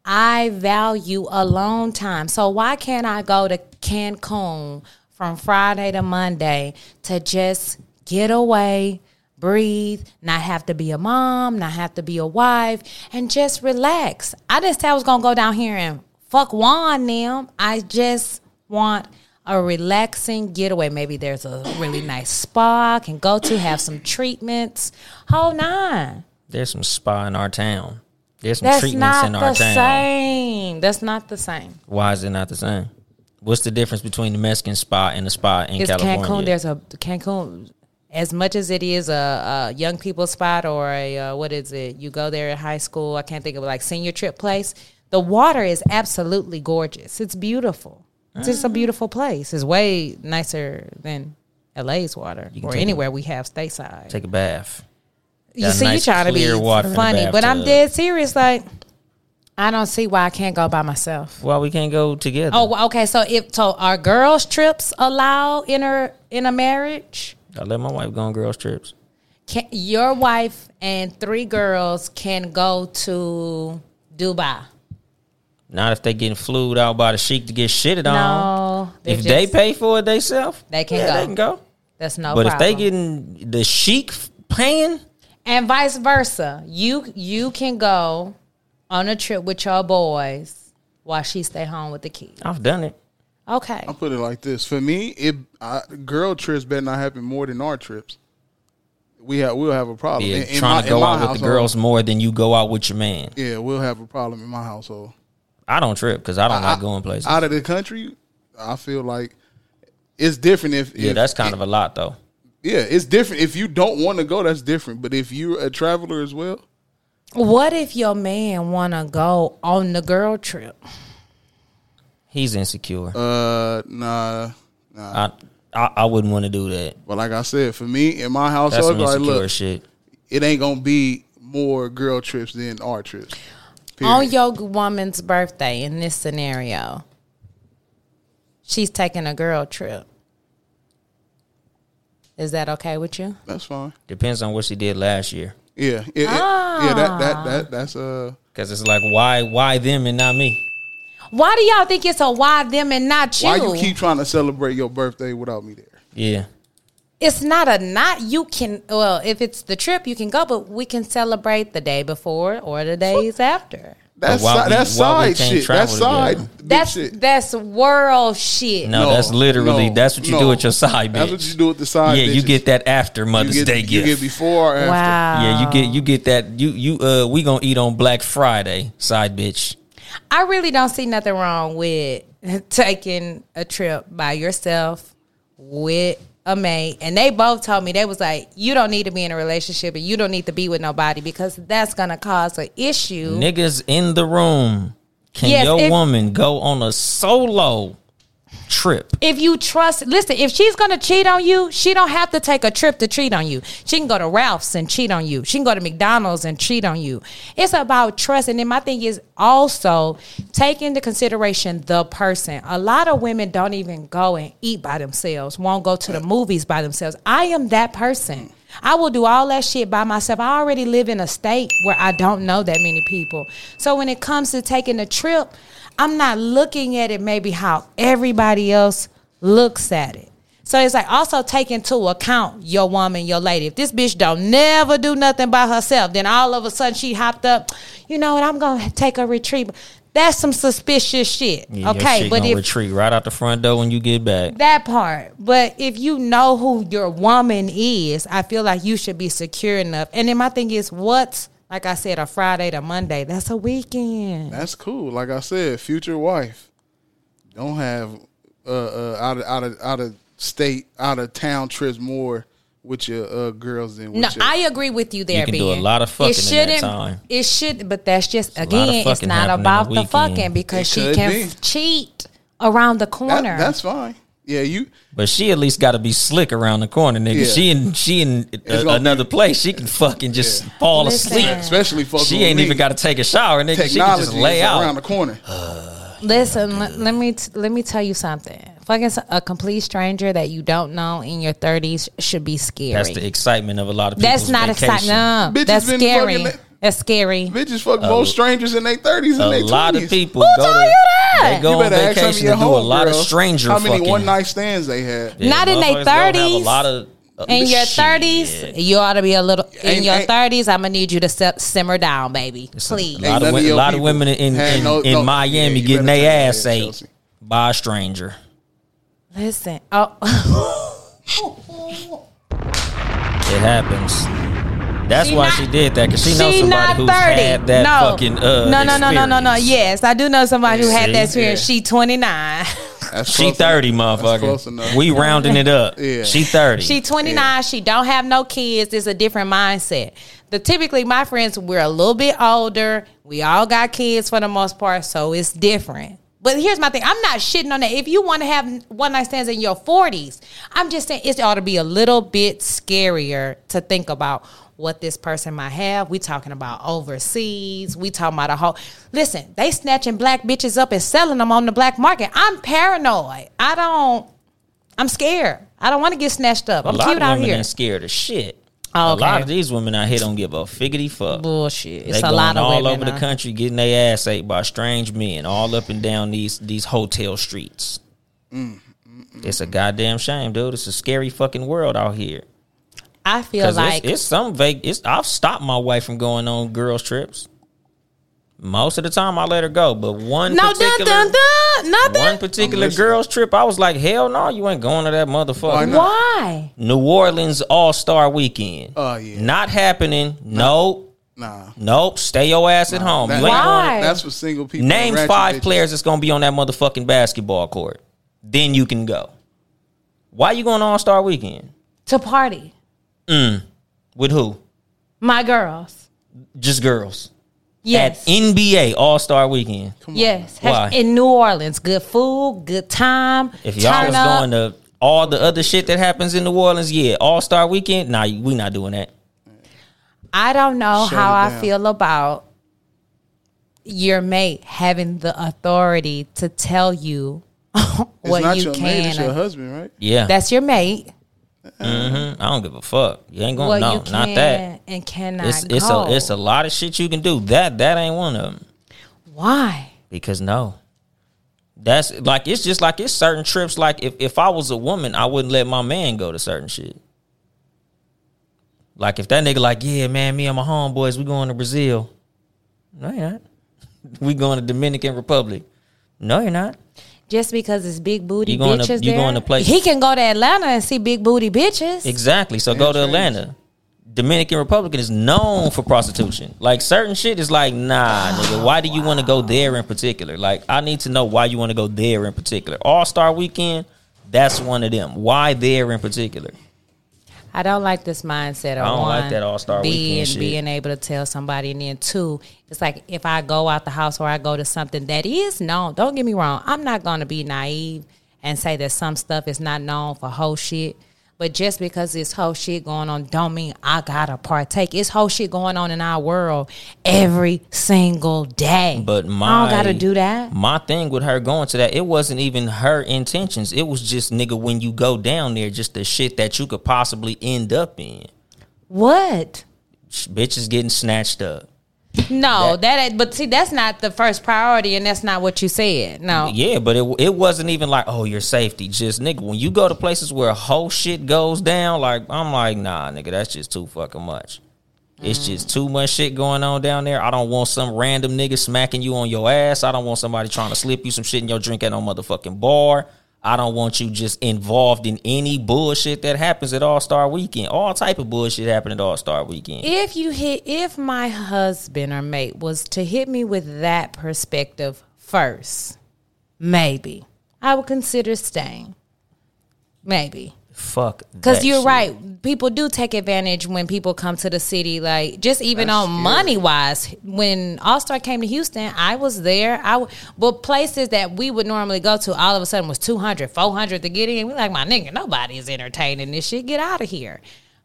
Speaker 2: I value alone time. So why can't I go to Cancun from Friday to Monday to just get away, breathe, not have to be a mom, not have to be a wife, and just relax? I didn't say I was gonna go down here and fuck Juan them. I just want a relaxing getaway. Maybe there's a really nice spa I can go to, have some treatments. Hold on.
Speaker 1: There's some spa in our town. There's some
Speaker 2: That's
Speaker 1: treatments
Speaker 2: not
Speaker 1: in our
Speaker 2: the
Speaker 1: town.
Speaker 2: same. That's not the same.
Speaker 1: Why is it not the same? What's the difference between the Mexican spa and the spa in
Speaker 2: It's
Speaker 1: California?
Speaker 2: Cancun. There's a Cancun. As much as it is a, a young people spot or a uh, what is it? You go there in high school. I can't think of it, like senior trip place. The water is absolutely gorgeous. It's beautiful. It's just a beautiful place. It's way nicer than LA's water
Speaker 1: can
Speaker 2: or
Speaker 1: take a-
Speaker 2: anywhere we have stateside.
Speaker 1: Take a bath.
Speaker 2: you
Speaker 1: Got
Speaker 2: see,
Speaker 1: nice
Speaker 2: you trying to be
Speaker 1: clear water in the
Speaker 2: funny, but I'm
Speaker 1: bathtub.
Speaker 2: dead serious. Like, I don't see why I can't go by myself.
Speaker 1: Why we can't go together?
Speaker 2: Oh, well, okay. So if so, are girls trips allowed in a in a marriage?
Speaker 1: I let my wife go on girls trips.
Speaker 2: Can, your wife and three girls can go to Dubai.
Speaker 1: Not if they getting flued out by the sheik to get shitted on.
Speaker 2: No,
Speaker 1: If
Speaker 2: just-
Speaker 1: they pay for it themselves,
Speaker 2: They can
Speaker 1: yeah,
Speaker 2: go.
Speaker 1: They can go.
Speaker 2: that's no.
Speaker 1: but if they
Speaker 2: problem.
Speaker 1: getting the sheik paying,
Speaker 2: and vice versa, you you can go on a trip with your boys while she stay home with the kids.
Speaker 1: I've done it.
Speaker 2: Okay,
Speaker 3: I put it like this: for me, it I, girl trips better not happen more than our trips. We have we'll have a problem.
Speaker 1: Yeah,
Speaker 3: Oh, In- in
Speaker 1: trying
Speaker 3: my-
Speaker 1: to
Speaker 3: in
Speaker 1: go
Speaker 3: my
Speaker 1: out with the
Speaker 3: household.
Speaker 1: girls more than you go out with your man.
Speaker 3: Yeah, we'll have a problem in my household.
Speaker 1: I don't trip because I don't like going places.
Speaker 3: Out of the country, I feel like it's different. If
Speaker 1: yeah, that's kind of a lot though.
Speaker 3: yeah, it's different. If you don't want to go, that's different. But if you're a traveler as well,
Speaker 2: what if your man wanna go on the girl trip?
Speaker 1: He's insecure.
Speaker 3: uh, nah.
Speaker 1: I, I I wouldn't want to do that.
Speaker 3: But like I said, for me in my
Speaker 1: That's
Speaker 3: household,
Speaker 1: some
Speaker 3: like
Speaker 1: insecure
Speaker 3: look,
Speaker 1: shit.
Speaker 3: it ain't gonna be more girl trips than our trips. Period.
Speaker 2: on your woman's birthday in this scenario, she's taking a girl trip. Is that okay with you?
Speaker 3: that's fine.
Speaker 1: Depends on what she did last year.
Speaker 3: Yeah, it- it- yeah. That that that that's uh
Speaker 1: Because it's like, why why them and not me?
Speaker 2: Why do y'all think it's a why them and not you?
Speaker 3: why you keep trying to celebrate your birthday without me there.
Speaker 1: Yeah.
Speaker 2: it's not a not you can well, if it's the trip you can go, but we can celebrate the day before or the days after.
Speaker 3: That's
Speaker 1: why
Speaker 3: si-
Speaker 1: we-
Speaker 3: that's
Speaker 1: why we
Speaker 3: side
Speaker 1: can't
Speaker 3: shit.
Speaker 1: travel
Speaker 3: That's side.
Speaker 1: together?
Speaker 3: bitch
Speaker 2: That's
Speaker 3: shit.
Speaker 2: that's world shit.
Speaker 1: No,
Speaker 3: No,
Speaker 1: that's literally
Speaker 3: no,
Speaker 1: that's what you
Speaker 3: no.
Speaker 1: do with your side bitch.
Speaker 3: That's what you do with the side
Speaker 1: Yeah, you
Speaker 3: bitches.
Speaker 1: get that after Mother's
Speaker 3: you get,
Speaker 1: Day
Speaker 3: you
Speaker 1: gift.
Speaker 3: get before or after.
Speaker 2: Wow.
Speaker 1: yeah, you get you get that you you uh we gonna eat on Black Friday, side bitch.
Speaker 2: I really don't see nothing wrong with taking a trip by yourself with a mate, and they both told me they was like, "You don't need to be in a relationship, and you don't need to be with nobody because that's gonna cause an issue."
Speaker 1: Niggas in the room. Can
Speaker 2: Mm-hmm. Yes,
Speaker 1: your
Speaker 2: if-
Speaker 1: woman go on a solo trip?
Speaker 2: if you trust listen if she's gonna cheat on you she don't have to take a trip to cheat on you she can go to ralph's and cheat on you she can go to mcdonald's and cheat on you it's about trust and then my thing is also take into consideration the person a lot of women don't even go and eat by themselves won't go to the movies by themselves i am that person I will do all that shit by myself. I already live in a state where I don't know that many people. So when it comes to taking a trip, I'm not looking at it maybe how everybody else looks at it. So it's like also take into account your woman, your lady. If this bitch don't never do nothing by herself, then all of a sudden she hopped up, you know what, I'm gonna take a retreat. That's some suspicious shit.
Speaker 1: Yeah, your
Speaker 2: okay.
Speaker 1: shit
Speaker 2: But
Speaker 1: gonna
Speaker 2: if
Speaker 1: retreat right out the front door when you get back.
Speaker 2: that part. But if you know who your woman is, I feel like you should be secure enough. And then my thing is, what's like I said, a Friday to Monday? That's a weekend.
Speaker 3: That's cool. Like I said, future wife don't have uh, uh out of out of out of state out of town trips more with your uh, girls than with
Speaker 2: No,
Speaker 3: your,
Speaker 2: I agree with you there.
Speaker 1: You can do a
Speaker 2: Ben.
Speaker 1: lot of fucking in
Speaker 2: It
Speaker 1: that
Speaker 2: shouldn't.
Speaker 1: time.
Speaker 2: It should, but that's just
Speaker 1: a lot of
Speaker 2: again, it's
Speaker 1: fucking
Speaker 2: not
Speaker 1: happening
Speaker 2: about
Speaker 1: on
Speaker 2: the
Speaker 1: the
Speaker 2: fucking
Speaker 1: weekend.
Speaker 3: It
Speaker 2: because she
Speaker 3: could
Speaker 2: can
Speaker 3: be.
Speaker 2: f- cheat around the
Speaker 3: That-
Speaker 2: corner.
Speaker 3: that's fine. Yeah, you
Speaker 1: But she at least got to be slick around the corner, nigga.
Speaker 3: Yeah.
Speaker 1: She in she in
Speaker 3: It's
Speaker 1: a,
Speaker 3: gonna
Speaker 1: another
Speaker 3: be-
Speaker 1: place. She can fucking just fall
Speaker 2: Listen.
Speaker 1: asleep.
Speaker 3: especially fucking
Speaker 1: She
Speaker 3: with
Speaker 1: ain't
Speaker 3: me.
Speaker 1: even got to take a shower, nigga. she can
Speaker 3: technology
Speaker 1: just lay
Speaker 3: is
Speaker 1: out. Uh,
Speaker 3: around the corner.
Speaker 2: Listen, le- let me t- let me tell you something. Fucking s- a complete stranger that you don't know in your thirties should be scary.
Speaker 1: That's the excitement of a lot of people.
Speaker 2: That's not
Speaker 1: vacation.
Speaker 2: exciting. No,
Speaker 3: Bitches
Speaker 2: that's
Speaker 3: been
Speaker 2: scary.
Speaker 3: fucking la-
Speaker 2: that's scary.
Speaker 3: Bitches fuck most strangers in their thirties and
Speaker 1: A
Speaker 3: their
Speaker 1: lot of
Speaker 3: twenties.
Speaker 1: people
Speaker 2: Who
Speaker 1: go
Speaker 2: told
Speaker 1: to,
Speaker 2: you that?
Speaker 1: they go
Speaker 3: You
Speaker 1: on
Speaker 3: better ask some of
Speaker 1: vacation
Speaker 3: your
Speaker 1: to do a lot of
Speaker 3: homegirls
Speaker 1: stranger
Speaker 3: How many
Speaker 1: fucking-
Speaker 3: one night stands they had?
Speaker 1: Yeah,
Speaker 2: Not in they
Speaker 1: motherfuckers don't have A
Speaker 2: 30s.
Speaker 1: lot of uh,
Speaker 2: In your
Speaker 1: shit.
Speaker 2: thirties, you ought to be a little. In
Speaker 3: Ain't-
Speaker 2: your
Speaker 3: ain't-
Speaker 2: thirties, I'm gonna need you to se- simmer down, baby. Please.
Speaker 1: A lot
Speaker 3: none
Speaker 1: of,
Speaker 3: of
Speaker 1: wo-
Speaker 3: your
Speaker 1: lot of
Speaker 3: people
Speaker 1: women in,
Speaker 3: had
Speaker 1: in,
Speaker 3: no-
Speaker 1: in
Speaker 3: no-
Speaker 1: Miami
Speaker 3: yeah, you
Speaker 1: getting
Speaker 3: better take
Speaker 1: their
Speaker 3: that,
Speaker 1: ass ate
Speaker 3: Chelsea.
Speaker 1: by a stranger.
Speaker 2: Listen. Oh.
Speaker 1: It happens. That's
Speaker 2: She
Speaker 1: why
Speaker 2: not-
Speaker 1: she did that because she, knows somebody who's had that
Speaker 2: no.
Speaker 1: fucking uh,
Speaker 2: no, no, no, no, no, no.
Speaker 1: experience.
Speaker 2: Yes, I do know somebody who had
Speaker 1: See?
Speaker 2: that experience.
Speaker 3: Yeah.
Speaker 2: She 29.
Speaker 3: That's
Speaker 1: She
Speaker 3: close enough.
Speaker 1: thirty,
Speaker 3: That's close
Speaker 1: motherfucker.
Speaker 3: enough.
Speaker 1: We rounding it up.
Speaker 3: Yeah.
Speaker 1: She thirty.
Speaker 2: She 29. She don't have no kids. It's a different mindset. The typically my friends, we're a little bit older. We all got kids for the most part, so it's different. But here's my thing. I'm not shitting on that. If you want to have one night stands in your 40s, I'm just saying it ought to be a little bit scarier to think about what this person might have. We talking about overseas. We talking about a whole. Listen, they snatching black bitches up and selling them on the black market. I'm paranoid. I don't. I'm scared. I don't want to get snatched up.
Speaker 1: a
Speaker 2: I'm
Speaker 1: lot
Speaker 2: cute
Speaker 1: of
Speaker 2: out
Speaker 1: women
Speaker 2: here.
Speaker 1: ain't scared of shit.
Speaker 2: Oh,
Speaker 1: A lot
Speaker 2: okay.
Speaker 1: of these women out here don't give a figgity fuck.
Speaker 2: Bullshit.
Speaker 1: they
Speaker 2: It's a
Speaker 1: going
Speaker 2: lot of
Speaker 1: all
Speaker 2: women.
Speaker 1: over the
Speaker 2: uh,
Speaker 1: country getting their ass ate by strange men, all up and down these these hotel streets. It's a goddamn shame, dude. It's a scary fucking world out here.
Speaker 2: I feel
Speaker 1: Because
Speaker 2: like
Speaker 1: it's, it's some vague. It's I've stopped my wife from going on girls trips. Most of the time, I let her go, but one
Speaker 2: no, dun,
Speaker 1: particular
Speaker 2: dun, dun, nothing.
Speaker 1: one particular
Speaker 3: I'm listening.
Speaker 1: girls trip, I was like, hell no, you ain't going to that motherfucker.
Speaker 3: not?
Speaker 2: Why?
Speaker 1: New Orleans All Star Weekend.
Speaker 3: Oh, yeah.
Speaker 1: not happening. Nope,
Speaker 3: Nah.
Speaker 1: nope. Stay your ass at home.
Speaker 3: That-
Speaker 1: You ain't going-
Speaker 2: Why?
Speaker 3: That's for single people.
Speaker 1: Name
Speaker 3: ratchet
Speaker 1: five
Speaker 3: bitches.
Speaker 1: players that's gonna be on that motherfucking basketball court. Then you can go. Why you going All Star Weekend
Speaker 2: To party,
Speaker 1: with who?
Speaker 2: my girls.
Speaker 1: Just girls.
Speaker 2: Yes,
Speaker 1: At NBA All Star Weekend.
Speaker 2: yes.
Speaker 1: Why?
Speaker 2: In New Orleans, good food, good time.
Speaker 1: If y'all
Speaker 2: turn
Speaker 1: was
Speaker 2: up.
Speaker 1: going to all the other shit that happens in New Orleans, yeah, All Star Weekend. Nah, we not doing that.
Speaker 2: I don't know
Speaker 3: Shut
Speaker 2: how
Speaker 3: it
Speaker 2: I
Speaker 3: down.
Speaker 2: feel about your mate having the authority to tell you
Speaker 3: It's
Speaker 2: what
Speaker 3: not
Speaker 2: you
Speaker 3: your
Speaker 2: can.
Speaker 3: mate, it's your husband, right?
Speaker 1: Yeah,
Speaker 2: That's your mate.
Speaker 1: I don't give a fuck. You ain't gonna
Speaker 2: What
Speaker 1: Oh, no,
Speaker 2: you can
Speaker 1: not that.
Speaker 2: and cannot
Speaker 1: It's it's
Speaker 2: go.
Speaker 1: a it's a lot of shit you can do. That that ain't one of them
Speaker 2: Why?
Speaker 1: because no, that's like it's just like it's certain trips. Like if if I was a woman, I wouldn't let my man go to certain shit. Like if that nigga like yeah man, me and my homeboys we going to Brazil. No, you're not. We going to Dominican Republic. No, you're not.
Speaker 2: Just because it's big booty
Speaker 1: You going to-
Speaker 2: bitches
Speaker 1: you
Speaker 2: there,
Speaker 1: going to play-
Speaker 2: he can go to Atlanta and see big booty bitches.
Speaker 1: Exactly. So go to Atlanta. Dominican Republic is known for prostitution. Like certain shit is like, nah, nigga, why do you want to go there in particular? Like I need to know why you want to go there in particular. All Star Weekend, That's one of them. Why there in particular?
Speaker 2: I don't like this mindset. Of
Speaker 1: I don't
Speaker 2: one,
Speaker 1: like that All-Star
Speaker 2: being,
Speaker 1: Weekend shit.
Speaker 2: Being able to tell somebody, and then two, it's like if I go out the house or I go to something that is known. Don't get me wrong. I'm not going to be naive and say that some stuff is not known for whole shit. But just because it's whole shit going on, don't mean I gotta partake. It's whole shit going on in our world every single day.
Speaker 1: But my
Speaker 2: I don't gotta do that.
Speaker 1: My thing with her going to that, it wasn't even her intentions. It was just nigga when you go down there, just the shit that you could possibly end up in.
Speaker 2: What?
Speaker 1: Sh- Bitches getting snatched up.
Speaker 2: No,
Speaker 1: That-
Speaker 2: that. ain't But see, that's not the first priority, and that's not what you said. No.
Speaker 1: Yeah, but it it wasn't even like oh your safety. Just nigga, when you go to places where whole shit goes down, like I'm like nah, nigga, that's just too fucking much. It's just too much shit going on down there. I don't want some random nigga smacking you on your ass. I don't want somebody trying to slip you some shit in your drink at no motherfucking bar. I don't want you just involved in any bullshit that happens at All Star Weekend. All type of bullshit happened at All Star Weekend.
Speaker 2: If you hit, if my husband or mate was to hit me with that perspective first, maybe I would consider staying. Maybe.
Speaker 1: Fuck.
Speaker 2: Because
Speaker 1: that
Speaker 2: you're
Speaker 1: shit.
Speaker 2: right. People do take advantage when people come to the city, like just even on money wise. When All Star came to Houston, I was there. I w- but places that we would normally go to all of a sudden was 200, 400 to get in. We like, my nigga, nobody's entertaining this shit. Get out of here.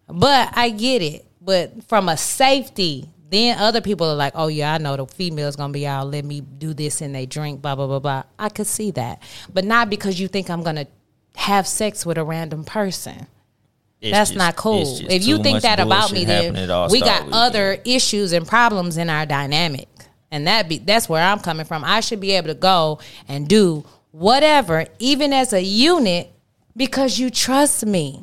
Speaker 2: But I get it. But from a safety, then other people are like, oh yeah, I know the female's gonna be out. Let me do this and they drink, blah, blah, blah, blah. I could see that. But not because you think I'm gonna have sex with a random person.
Speaker 1: It's
Speaker 2: That's
Speaker 1: just-
Speaker 2: not cool.
Speaker 1: it's just
Speaker 2: If you
Speaker 1: too
Speaker 2: think
Speaker 1: much
Speaker 2: that about me,
Speaker 1: bullshit
Speaker 2: then
Speaker 1: happening at All-Star
Speaker 2: we got
Speaker 1: Weekend.
Speaker 2: other issues and problems in our dynamic, and that be that's where I'm coming from. I should be able to go and do whatever, even as a unit, because you trust me.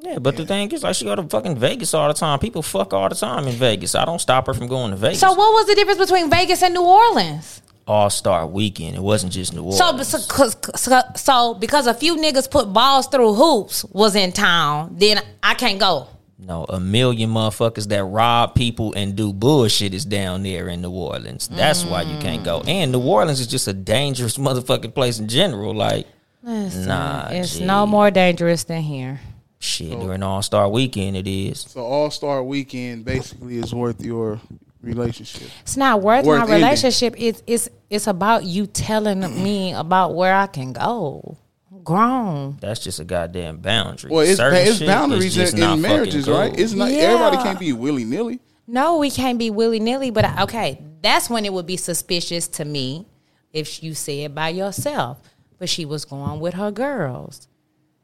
Speaker 1: Yeah, but the thing is, like, she go to fucking Vegas all the time. People fuck all the time in Vegas. I don't stop her from going to Vegas.
Speaker 2: So, what was the difference between Vegas and New Orleans?
Speaker 1: all Star Weekend. It wasn't just New Orleans.
Speaker 2: So, so, 'cause- so, so because a few niggas put balls through hoops was in town, then I can't go.
Speaker 1: no, a million motherfuckers that rob people and do bullshit is down there in New Orleans. That's why you can't go.
Speaker 3: Mm.
Speaker 1: And New Orleans is just a dangerous motherfucking place in general. Like, nah,
Speaker 2: It's
Speaker 1: G.
Speaker 2: no more dangerous than here.
Speaker 1: shit
Speaker 3: Oh.
Speaker 1: during All Star Weekend. It is.
Speaker 3: So All Star Weekend basically is worth your relationship.
Speaker 2: It's not worth,
Speaker 3: Worth
Speaker 2: my
Speaker 3: ending.
Speaker 2: relationship. It's it's it's about you telling me about where I can go. I'm grown.
Speaker 1: That's just a goddamn boundary.
Speaker 3: Well, it's,
Speaker 1: Certain
Speaker 3: it's
Speaker 1: shit is
Speaker 3: boundaries
Speaker 1: just
Speaker 3: in,
Speaker 1: not
Speaker 3: in
Speaker 1: fucking
Speaker 3: marriages, right?
Speaker 1: cool.
Speaker 3: It's not
Speaker 2: Yeah.
Speaker 3: everybody can't be willy nilly.
Speaker 2: No, we can't be willy nilly. But I, okay, that's when it would be suspicious to me if you said by yourself. But she was going with her girls,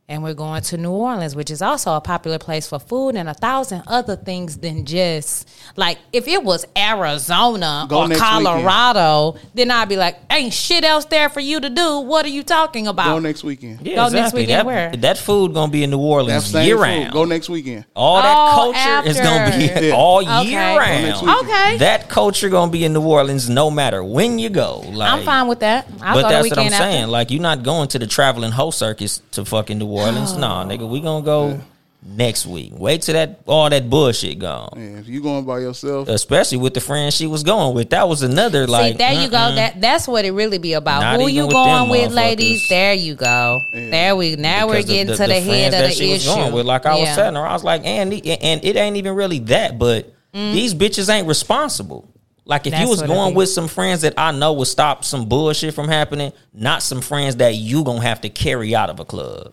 Speaker 2: and we're going to New Orleans, which is also a popular place for food and a thousand other things than just like if it was Arizona
Speaker 3: Go
Speaker 2: or
Speaker 3: next weekend.
Speaker 2: Colorado, then I'd be like, ain't shit else there for you to do. What are you talking about?
Speaker 3: Go next weekend.
Speaker 1: yeah,
Speaker 2: Go next
Speaker 1: exactly.
Speaker 2: weekend
Speaker 1: that,
Speaker 2: where?
Speaker 1: that food gonna be in New
Speaker 3: That
Speaker 1: Orleans
Speaker 3: same
Speaker 1: year
Speaker 3: food.
Speaker 1: round.
Speaker 3: Go next weekend.
Speaker 1: All that
Speaker 2: Oh,
Speaker 1: culture is gonna be
Speaker 2: after.
Speaker 3: Yeah.
Speaker 1: all
Speaker 2: Okay.
Speaker 1: year
Speaker 2: Oh,
Speaker 3: next
Speaker 1: round.
Speaker 3: week.
Speaker 2: Okay.
Speaker 1: That culture gonna be in New Orleans no matter when you go. Like,
Speaker 2: I'm fine with that. I'll
Speaker 1: but
Speaker 2: go
Speaker 1: that's
Speaker 2: the
Speaker 1: what I'm
Speaker 2: weekend after.
Speaker 1: saying. Like you're not going to the traveling hoe circus to fucking New Orleans. Nah, nigga, we gonna go next week. Wait till that all that bullshit gone.
Speaker 3: Yeah, if you going by yourself,
Speaker 1: Especially with the friend she was going with. That was another like
Speaker 2: See, there you go.
Speaker 1: mm-mm.
Speaker 2: That that's what it really be about.
Speaker 1: Not
Speaker 2: Who
Speaker 1: even
Speaker 2: you
Speaker 1: with
Speaker 2: going
Speaker 1: them
Speaker 2: with,
Speaker 1: motherfuckers.
Speaker 2: ladies? There you go. There we now we're
Speaker 1: because
Speaker 2: getting to the, head
Speaker 1: friends
Speaker 2: of
Speaker 1: that
Speaker 2: the
Speaker 1: she
Speaker 2: issue.
Speaker 1: was going with. Like I was
Speaker 2: Yeah.
Speaker 1: telling her, I was like, and the- and it ain't even really that, but these bitches ain't responsible. Like if
Speaker 2: Mm. That's
Speaker 1: you was
Speaker 2: what it
Speaker 1: going
Speaker 2: is.
Speaker 1: with some friends that I know would stop some bullshit from happening, not some friends that you gonna have to carry out of a club.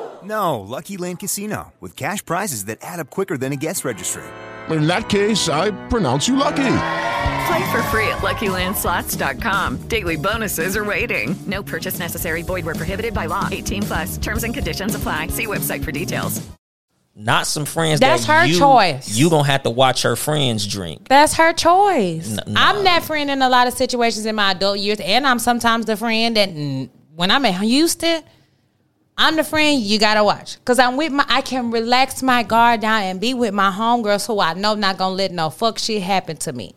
Speaker 8: No, Lucky Land Casino, with cash prizes that add up quicker than a guest registry.
Speaker 9: In that case, I pronounce you lucky.
Speaker 5: Play for free at LuckyLandSlots.com. Daily bonuses are waiting. No purchase necessary. Void were prohibited by law. 18 plus. Terms and conditions apply. See website for details.
Speaker 1: Not some friends.
Speaker 2: That's
Speaker 1: that
Speaker 2: her
Speaker 1: you-
Speaker 2: choice.
Speaker 1: You gonna have to watch her friends drink.
Speaker 2: That's her choice.
Speaker 1: N- no.
Speaker 2: I'm that friend in a lot of situations in my adult years, and I'm sometimes the friend that mm, when I'm in Houston, I'm the friend you gotta watch because I'm with my. I can relax my guard down and be with my homegirls who I know not gonna let no fuck shit happen to me.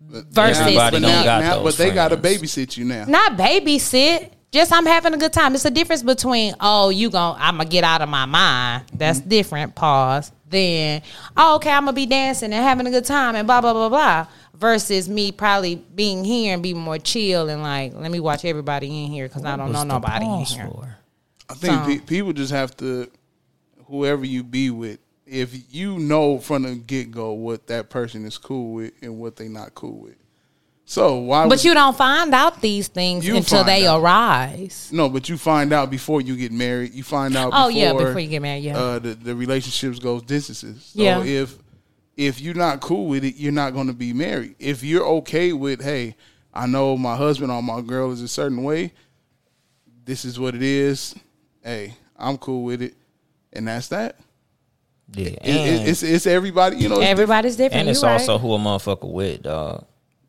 Speaker 2: Versus
Speaker 1: Everybody
Speaker 3: but
Speaker 1: don't
Speaker 3: now,
Speaker 1: got
Speaker 3: now-
Speaker 1: those
Speaker 3: but they got to
Speaker 1: friends.
Speaker 3: babysit you now.
Speaker 2: not babysit. Just I'm having a good time. It's a difference between oh you going I'm gonna get out of my mind. That's
Speaker 1: Mm-hmm.
Speaker 2: different. Pause. Then oh okay I'm gonna be dancing and having a good time and blah blah blah blah. Versus me probably being here and be more chill and like let me watch everybody in here because I don't know nobody in here.
Speaker 3: I think
Speaker 2: So-
Speaker 3: pe- people just have to, whoever you be with, if you know from the get go what that person is cool with and what they not cool with. So why?
Speaker 2: But
Speaker 3: would-
Speaker 2: you don't find out these things
Speaker 3: You
Speaker 2: until
Speaker 3: find
Speaker 2: they
Speaker 3: out.
Speaker 2: arise.
Speaker 3: No, but you find out before you get married. You find out.
Speaker 2: Oh, yeah, before you get married, yeah.
Speaker 3: uh, the, the relationships goes distances. So
Speaker 2: Yeah.
Speaker 3: if if you're not cool with it, you're not going to be married. If you're okay with, hey, I know my husband or my girl is a certain way. This is what it is. Hey, I'm cool with it, and that's that.
Speaker 1: Yeah,
Speaker 3: It- it- it's it's everybody. You know, it's
Speaker 2: Everybody's different.
Speaker 1: And
Speaker 2: you
Speaker 1: it's
Speaker 2: right.
Speaker 1: also who a motherfucker with, dog.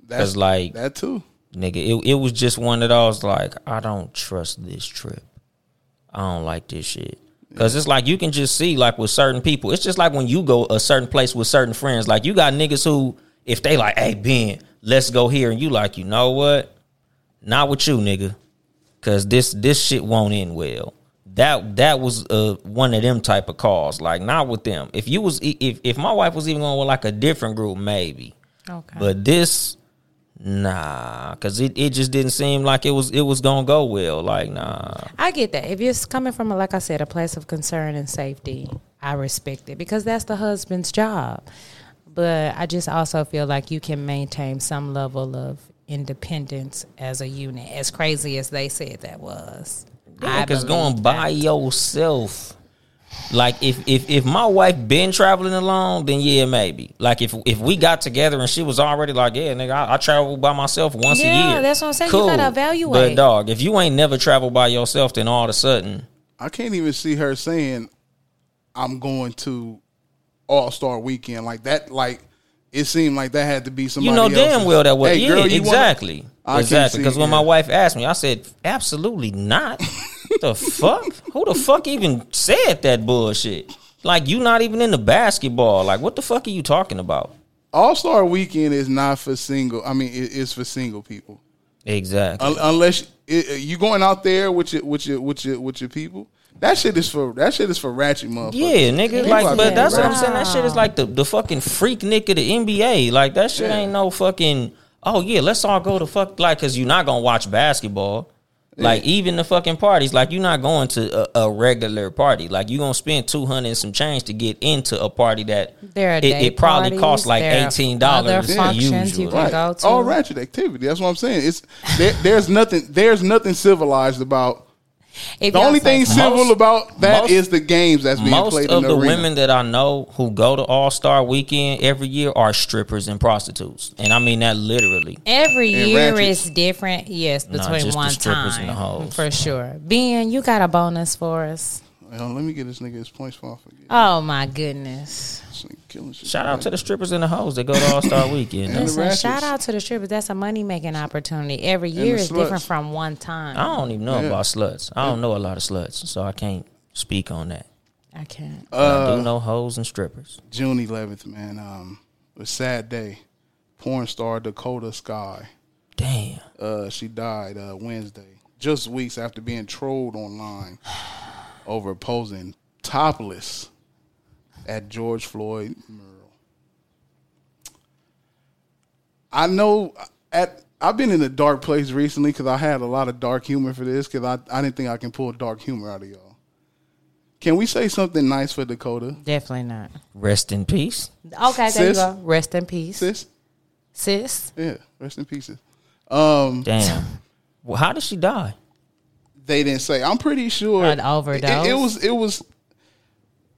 Speaker 3: That's-
Speaker 1: That's like
Speaker 3: that too.
Speaker 1: nigga. It, it was just one of those like I don't trust this trip. I don't like this shit. Cause it's like you can just see like with certain people. It's just like when you go a certain place with certain friends. Like you got niggas who if they like, hey Ben, let's go here, and you like, you know what? Not with you, nigga. Cause this this shit won't end well. That that was uh, one of them type of calls. Like not with them. If you was if if my wife was even going with like a different group, maybe.
Speaker 2: Okay.
Speaker 1: But this, nah, because it, it just didn't seem like it was it was gonna go well. Like nah,
Speaker 2: I get that. If it's coming from, like I said, a place of concern and safety, I respect it because that's the husband's job. But I just also feel like you can maintain some level of independence as a unit, as crazy as they said that was. I
Speaker 1: because
Speaker 2: believe
Speaker 1: going by yourself. Like if if if my wife been traveling alone, then yeah, maybe. Like if if we got together and she was already like, yeah, nigga, I, I travel by myself once a
Speaker 2: Yeah,
Speaker 1: year.
Speaker 2: that's what I'm saying. You gotta evaluate.
Speaker 1: But dog, if you ain't never traveled by yourself, then all of a sudden,
Speaker 3: I can't even see her saying, "I'm going to All Star Weekend" like that. Like it seemed like that had to be somebody.
Speaker 1: you know damn
Speaker 3: else's.
Speaker 1: well that was
Speaker 3: Hey,
Speaker 1: yeah,
Speaker 3: girl, you wanna-"
Speaker 1: exactly,
Speaker 3: I can't
Speaker 1: exactly.
Speaker 3: see
Speaker 1: Because
Speaker 3: it,
Speaker 1: when
Speaker 3: yeah.
Speaker 1: my wife asked me, I said, "Absolutely not." the fuck? Who the fuck even said that bullshit? Like you not even in the basketball. Like what the fuck are you talking about?
Speaker 3: All Star Weekend is not for single. I mean, it is for single people.
Speaker 1: Exactly.
Speaker 3: Un- unless it, you going out there with your with your with your with your people. That shit is for that shit is for ratchet motherfuckers.
Speaker 1: yeah, nigga.
Speaker 3: People
Speaker 1: Like,
Speaker 3: out
Speaker 1: but
Speaker 3: there
Speaker 1: that's what I'm
Speaker 3: ratchet.
Speaker 1: saying. That shit is like the, the fucking freak nick of the NBA. Like that shit
Speaker 3: Yeah.
Speaker 1: ain't no fucking. Oh yeah, let's all go to fuck like because you're not gonna watch basketball. Like even the fucking parties, like you're not going to a, a regular party. Like you gonna spend two hundred and some change to get into a party that
Speaker 2: There are
Speaker 1: it,
Speaker 2: day
Speaker 1: it probably
Speaker 2: parties,
Speaker 1: costs like
Speaker 2: there are
Speaker 1: eighteen
Speaker 2: other
Speaker 1: dollars
Speaker 2: functions you
Speaker 1: usually.
Speaker 2: can go to.
Speaker 3: All ratchet activity. That's what I'm saying. It's there, there's nothing there's nothing civilized about.
Speaker 2: If
Speaker 3: the
Speaker 2: y'all
Speaker 3: only
Speaker 2: say-
Speaker 3: thing civil
Speaker 1: Most-
Speaker 3: about that
Speaker 1: most-
Speaker 3: is the games that's being
Speaker 1: Most
Speaker 3: played
Speaker 1: of
Speaker 3: in the,
Speaker 1: the
Speaker 3: arena.
Speaker 1: women that I know who go to All Star Weekend every year are strippers and prostitutes, and I mean that literally.
Speaker 2: Every
Speaker 1: And
Speaker 2: year
Speaker 1: ratchets.
Speaker 2: is different. Yes,
Speaker 1: Nah,
Speaker 2: between
Speaker 1: just the
Speaker 2: one
Speaker 1: strippers
Speaker 2: time
Speaker 1: and the hoes.
Speaker 2: for sure. Ben, you got a bonus for us.
Speaker 3: Hang on, let me get this nigga his points for forget.
Speaker 2: Oh my goodness!
Speaker 3: This nigga killing shit.
Speaker 1: Shout out to the strippers and the hoes that go to All Star Weekend.
Speaker 3: And the
Speaker 2: Listen,
Speaker 3: ratchets.
Speaker 2: shout out to the strippers. That's a money making opportunity. Every
Speaker 3: And the
Speaker 2: year is
Speaker 3: sluts.
Speaker 2: different from one time.
Speaker 1: I don't even know
Speaker 3: Yeah.
Speaker 1: about sluts. I don't know a lot of sluts, so I can't speak on that.
Speaker 2: I can't.
Speaker 1: I
Speaker 3: Uh,
Speaker 1: do know hoes and strippers.
Speaker 3: June 11th, man. Um, a sad day. Porn star Dakota Sky.
Speaker 1: Damn.
Speaker 3: Uh, she died uh, Wednesday, just weeks after being trolled online over posing topless at George Floyd mural. I know at I've been in a dark place recently because I had a lot of dark humor for this because I, I didn't think I can pull dark humor out of y'all. Can we say something nice for Dakota?
Speaker 2: Definitely not.
Speaker 1: Rest in peace.
Speaker 2: Okay, there
Speaker 3: Sis?
Speaker 2: you go. Rest in peace,
Speaker 3: Sis?
Speaker 2: sis.
Speaker 3: Yeah, rest in pieces. Um,
Speaker 1: Damn. well, how did she die?
Speaker 3: they didn't say. I'm pretty sure
Speaker 2: An
Speaker 3: it,
Speaker 2: overdose.
Speaker 3: it was it was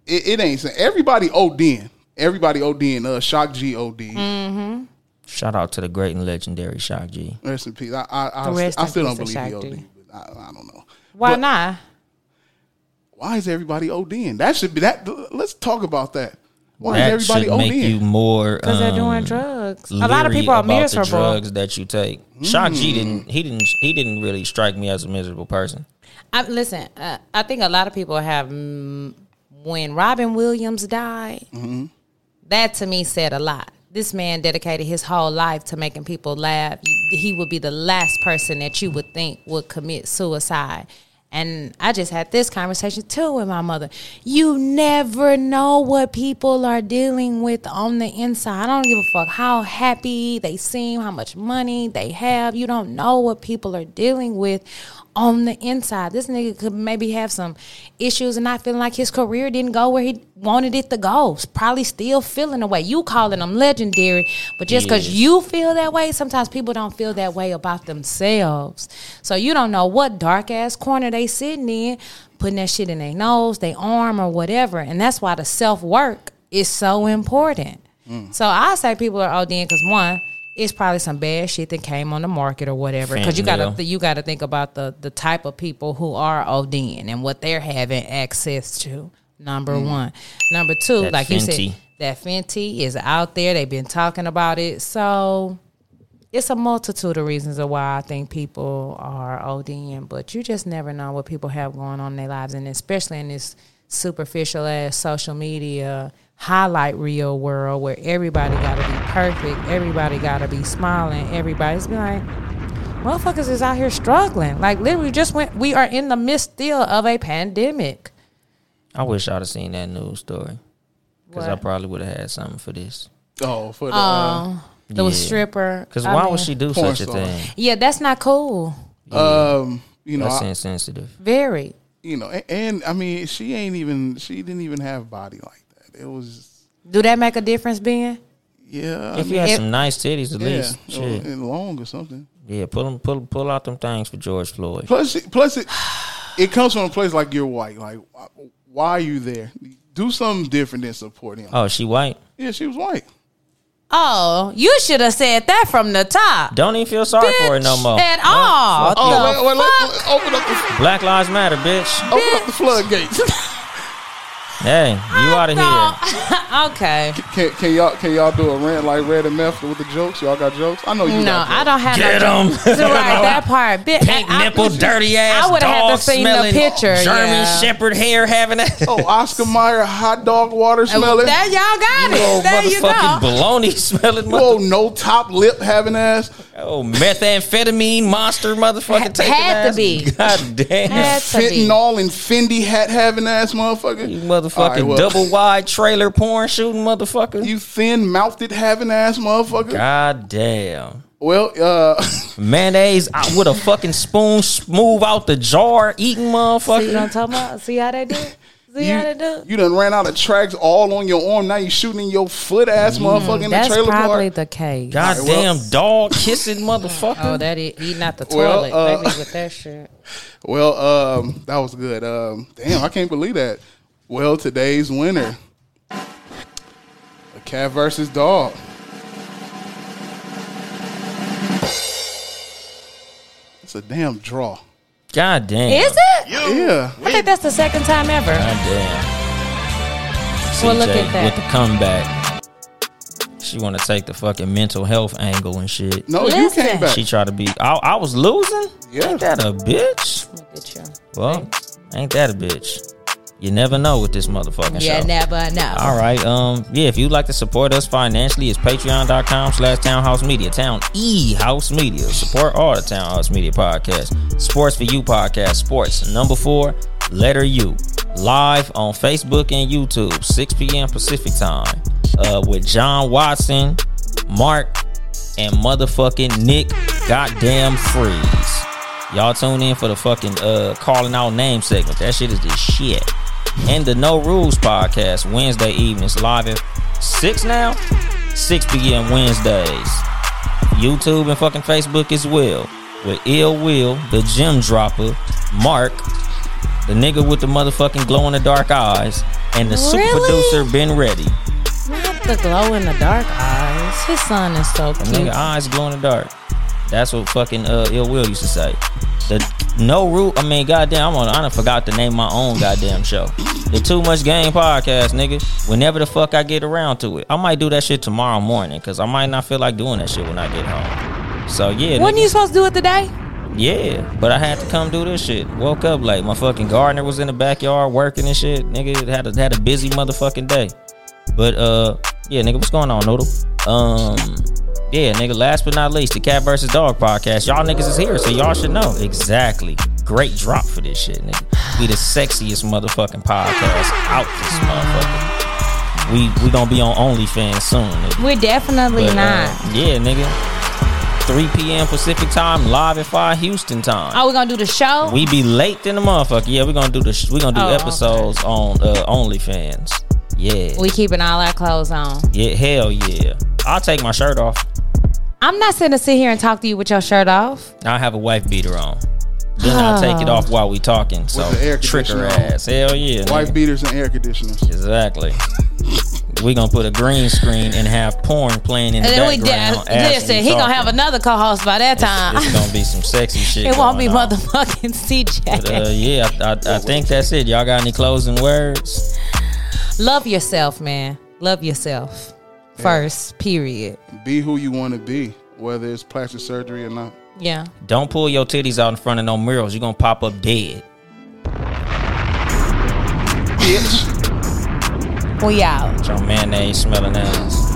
Speaker 3: it, it ain't saying everybody OD'ing. Everybody OD'ing. Uh, Shock G OD.
Speaker 2: Mm.
Speaker 1: Shout out to the great and legendary Shock G.
Speaker 3: Rest in peace. I I, I,
Speaker 2: Rest
Speaker 3: I
Speaker 2: in
Speaker 3: still don't
Speaker 2: peace
Speaker 3: believe
Speaker 2: to Shock
Speaker 3: he
Speaker 2: G.
Speaker 3: OD. But I, I don't know.
Speaker 2: Why
Speaker 3: But
Speaker 2: not?
Speaker 3: Why is everybody OD'ing? That should be that. Let's talk about that. Why
Speaker 1: that
Speaker 3: is
Speaker 1: should
Speaker 3: everybody
Speaker 1: make you
Speaker 3: OD'ing?
Speaker 1: more
Speaker 2: Because they're doing
Speaker 1: um,
Speaker 2: drugs. A lot of
Speaker 1: leery
Speaker 2: people are
Speaker 1: about the
Speaker 2: miserable.
Speaker 1: drugs that you take. Shock
Speaker 3: Mm.
Speaker 1: G didn't. He didn't. He didn't really strike me as a miserable person.
Speaker 2: I, listen, uh, I think a lot of people have. Mm, when Robin Williams died, that to me said a lot. This man dedicated his whole life to making people laugh. He would be the last person that you would think would commit suicide. And I just had this conversation too with my mother. You never know what people are dealing with on the inside. I don't give a fuck how happy they seem, how much money they have. You don't know what people are dealing with on the inside. This nigga could maybe have some issues and not feeling like his career didn't go where he wanted it to go. Probably still feeling the way. You calling them legendary, but just because
Speaker 10: Yes.
Speaker 2: you you feel that way, sometimes people don't feel that way about themselves. So you don't know what dark ass corner they sitting in, putting that shit in their nose, their arm, or whatever. And that's why the self work is so important. So I say people are ODing because one, it's probably some bad shit that came on the market or whatever. Because you gotta
Speaker 10: Fentanyl.
Speaker 2: th- you gotta think about the the type of people who are ODing and what they're having access to. Number
Speaker 10: Mm.
Speaker 2: one, number two,
Speaker 10: That
Speaker 2: like you
Speaker 10: Fenty.
Speaker 2: said, that Fenty is out there. They've been talking about it, so it's a multitude of reasons of why I think people are ODing. But you just never know what people have going on in their lives, and especially in this superficial ass social media highlight reel world where everybody gotta be perfect, everybody gotta be smiling, everybody's been like, motherfuckers is out here struggling. Like literally, just went. We are in the midst still of a pandemic.
Speaker 1: I wish I'd have seen that news story because I
Speaker 2: What?
Speaker 1: probably would have had something for this.
Speaker 3: Oh, for
Speaker 2: the, uh, Oh, the stripper.
Speaker 1: Because
Speaker 2: I
Speaker 1: why
Speaker 2: mean-
Speaker 1: would she do
Speaker 2: Porn
Speaker 1: such a
Speaker 2: star.
Speaker 1: thing?
Speaker 2: Yeah, that's not cool.
Speaker 3: Um, you know,
Speaker 1: that's
Speaker 3: I-
Speaker 1: insensitive.
Speaker 2: Very.
Speaker 3: You know, and, and I mean, she ain't even. She didn't even have body like that. It was
Speaker 2: Do that make a difference, Ben?
Speaker 3: yeah. I
Speaker 1: if you
Speaker 3: mean-
Speaker 1: had some nice titties, at
Speaker 3: Yeah,
Speaker 1: least
Speaker 3: or-
Speaker 1: shit.
Speaker 3: and long or something.
Speaker 1: Yeah, pull them, pull, pull out them things for George Floyd.
Speaker 3: Plus, plus it it comes from a place like you're white. Like, wh- why are you there? Do something different than support him.
Speaker 1: Oh, she white.
Speaker 3: Yeah, she was white.
Speaker 2: Oh, you should have said that from the top.
Speaker 1: Don't even feel sorry for her no more.
Speaker 2: At all.
Speaker 3: Oh,
Speaker 1: Fuck you.
Speaker 2: The fuck?
Speaker 3: open up the
Speaker 1: Black Lives Matter, bitch.
Speaker 3: open up the floodgates.
Speaker 1: Hey, you out of here.
Speaker 2: okay.
Speaker 3: Can, can y'all can y'all do a rant like Red and Meth with the jokes? Y'all got jokes? I know you.
Speaker 2: No,
Speaker 3: got
Speaker 2: I don't have
Speaker 3: Get
Speaker 2: no
Speaker 3: 'em.
Speaker 2: jokes. right, that part. Bitch,
Speaker 1: Pink
Speaker 2: I- I-
Speaker 1: nipple, dirty ass.
Speaker 2: I would have had
Speaker 1: dog
Speaker 2: to see the
Speaker 1: smelling
Speaker 2: picture.
Speaker 1: German
Speaker 2: yeah. Uh,
Speaker 1: Shepherd hair having that.
Speaker 3: Oh, Oscar Mayer hot dog water smelling.
Speaker 2: There y'all got
Speaker 3: You
Speaker 2: it.
Speaker 3: old
Speaker 2: There you
Speaker 1: Fucking
Speaker 2: go.
Speaker 1: baloney smelling.
Speaker 3: You old no top lip having ass.
Speaker 1: Oh, methamphetamine monster motherfucking taking
Speaker 3: had to
Speaker 1: ass.
Speaker 3: be.
Speaker 1: God damn.
Speaker 3: Fentanyl and Fendi hat having ass motherfucker. You
Speaker 1: motherfucking double wide trailer porn shooting motherfucker.
Speaker 3: You thin mouthed having ass motherfucker.
Speaker 1: God damn.
Speaker 3: Well, uh,
Speaker 1: mayonnaise out with a fucking spoon, smooth out the jar, eating
Speaker 2: See what I'm
Speaker 1: motherfucker.
Speaker 2: talking about? See how they do? See how they do?
Speaker 3: You done ran out of tracks all on your arm. Now you shooting in your foot ass motherfucker in the
Speaker 2: Mm, That's
Speaker 3: trailer
Speaker 2: probably
Speaker 3: park.
Speaker 2: the case.
Speaker 1: God damn dog kissing motherfucker.
Speaker 2: Oh, that is eating out the
Speaker 3: Well,
Speaker 2: toilet.
Speaker 3: uh,
Speaker 2: They be with that shit.
Speaker 3: Well, um, that was good. Um, damn, I can't believe that. Well, today's winner, a cat versus dog. It's a damn draw.
Speaker 1: God damn.
Speaker 2: Is it?
Speaker 3: Yeah.
Speaker 2: I think that's the second time ever.
Speaker 1: God damn.
Speaker 2: Well, look
Speaker 1: CJ
Speaker 2: at that.
Speaker 1: With the comeback. She want to take the fucking mental health angle and shit.
Speaker 3: No, you came Listen. back.
Speaker 1: She tried to be. I, I was losing.
Speaker 3: Yeah.
Speaker 1: Ain't that a bitch?
Speaker 2: Look at you.
Speaker 1: Well, ain't that a bitch? You never know with this motherfucking
Speaker 2: You
Speaker 1: show.
Speaker 2: never know.
Speaker 1: All right. Um. Yeah. If you'd like to support us financially, it's patreon.com slash townhouse media. Town E House Media. Support all the townhouse media podcasts. Sports for You podcast. Sports number four, letter U. Live on Facebook and YouTube, 6 p.m. Pacific time. Uh, with John Watson, Mark, and motherfucking Nick. Goddamn freeze. Y'all tune in for the fucking uh calling out name segment. That shit is the shit and the No Rules podcast Wednesday evenings live at six now, six p.m. Wednesdays. YouTube and fucking Facebook as well with Ill Will, the Gym Dropper, Mark, the nigga with the motherfucking glow in the dark eyes, and the super
Speaker 2: Really?
Speaker 1: producer Ben Ready.
Speaker 2: Not the glow in the dark eyes. His son is so
Speaker 1: The
Speaker 2: cute.
Speaker 1: nigga eyes glow in the dark. That's what fucking uh, Ill Will used to say. The no rule. I mean, goddamn, I'm on. I done forgot to name my own goddamn show. The Too Much Game podcast, nigga. Whenever the fuck I get around to it, I might do that shit tomorrow morning because I might not feel like doing that shit when I get home. So yeah,
Speaker 2: Wasn't
Speaker 1: nigga.
Speaker 2: you supposed to do it today?
Speaker 1: yeah. But I had to come do this shit. Woke up late. My fucking gardener was in the backyard working and shit. Nigga had a, had a busy motherfucking day. But uh, Yeah, nigga, what's going on, Noodle? Um, yeah, nigga, last but not least, the Cat versus Dog podcast. Y'all niggas is here, so y'all should know. Exactly. Great drop for this shit, nigga. We the sexiest motherfucking podcast out this motherfucker. We we gonna be on OnlyFans soon. Nigga.
Speaker 2: We're definitely
Speaker 1: But, uh,
Speaker 2: not.
Speaker 1: yeah, nigga. 3 p.m. Pacific time, live at 5 Houston time.
Speaker 2: oh, we're gonna do the show.
Speaker 1: We be late than the motherfucker. Yeah, we're gonna do the sh- we gonna do
Speaker 2: Oh,
Speaker 1: episodes on uh, OnlyFans. Yeah.
Speaker 2: we keeping all our clothes on.
Speaker 1: Yeah, hell yeah. I'll take my shirt off.
Speaker 2: I'm not gonna sit here and talk to you with your shirt off.
Speaker 1: I'll have a wife beater on. Then I'll take it
Speaker 2: Oh.
Speaker 1: off while we talking. So
Speaker 3: the air
Speaker 1: trick her
Speaker 3: conditioner on.
Speaker 1: ass. Hell yeah.
Speaker 3: Wife
Speaker 1: nigga.
Speaker 3: beaters and air conditioners.
Speaker 1: Exactly. we gonna put a green screen and have porn playing in
Speaker 2: And
Speaker 1: the
Speaker 2: then we
Speaker 1: background.
Speaker 2: did.
Speaker 1: as
Speaker 2: Listen,
Speaker 1: we
Speaker 2: he gonna
Speaker 1: talking.
Speaker 2: have another co-host by that time.
Speaker 1: It's gonna be some sexy shit.
Speaker 2: it won't be
Speaker 1: going on.
Speaker 2: motherfucking
Speaker 1: But, uh,
Speaker 2: CJ.
Speaker 1: yeah, I, I, I think that's it. Y'all got any closing words?
Speaker 2: Love yourself, man. Love yourself first. Period.
Speaker 3: Be who you want to be, whether it's plastic surgery or not.
Speaker 2: Yeah.
Speaker 1: Don't pull your titties out in front of no murals. You're gonna pop up dead.
Speaker 3: Bitch.
Speaker 2: We out.
Speaker 1: With your mayonnaise smelling ass.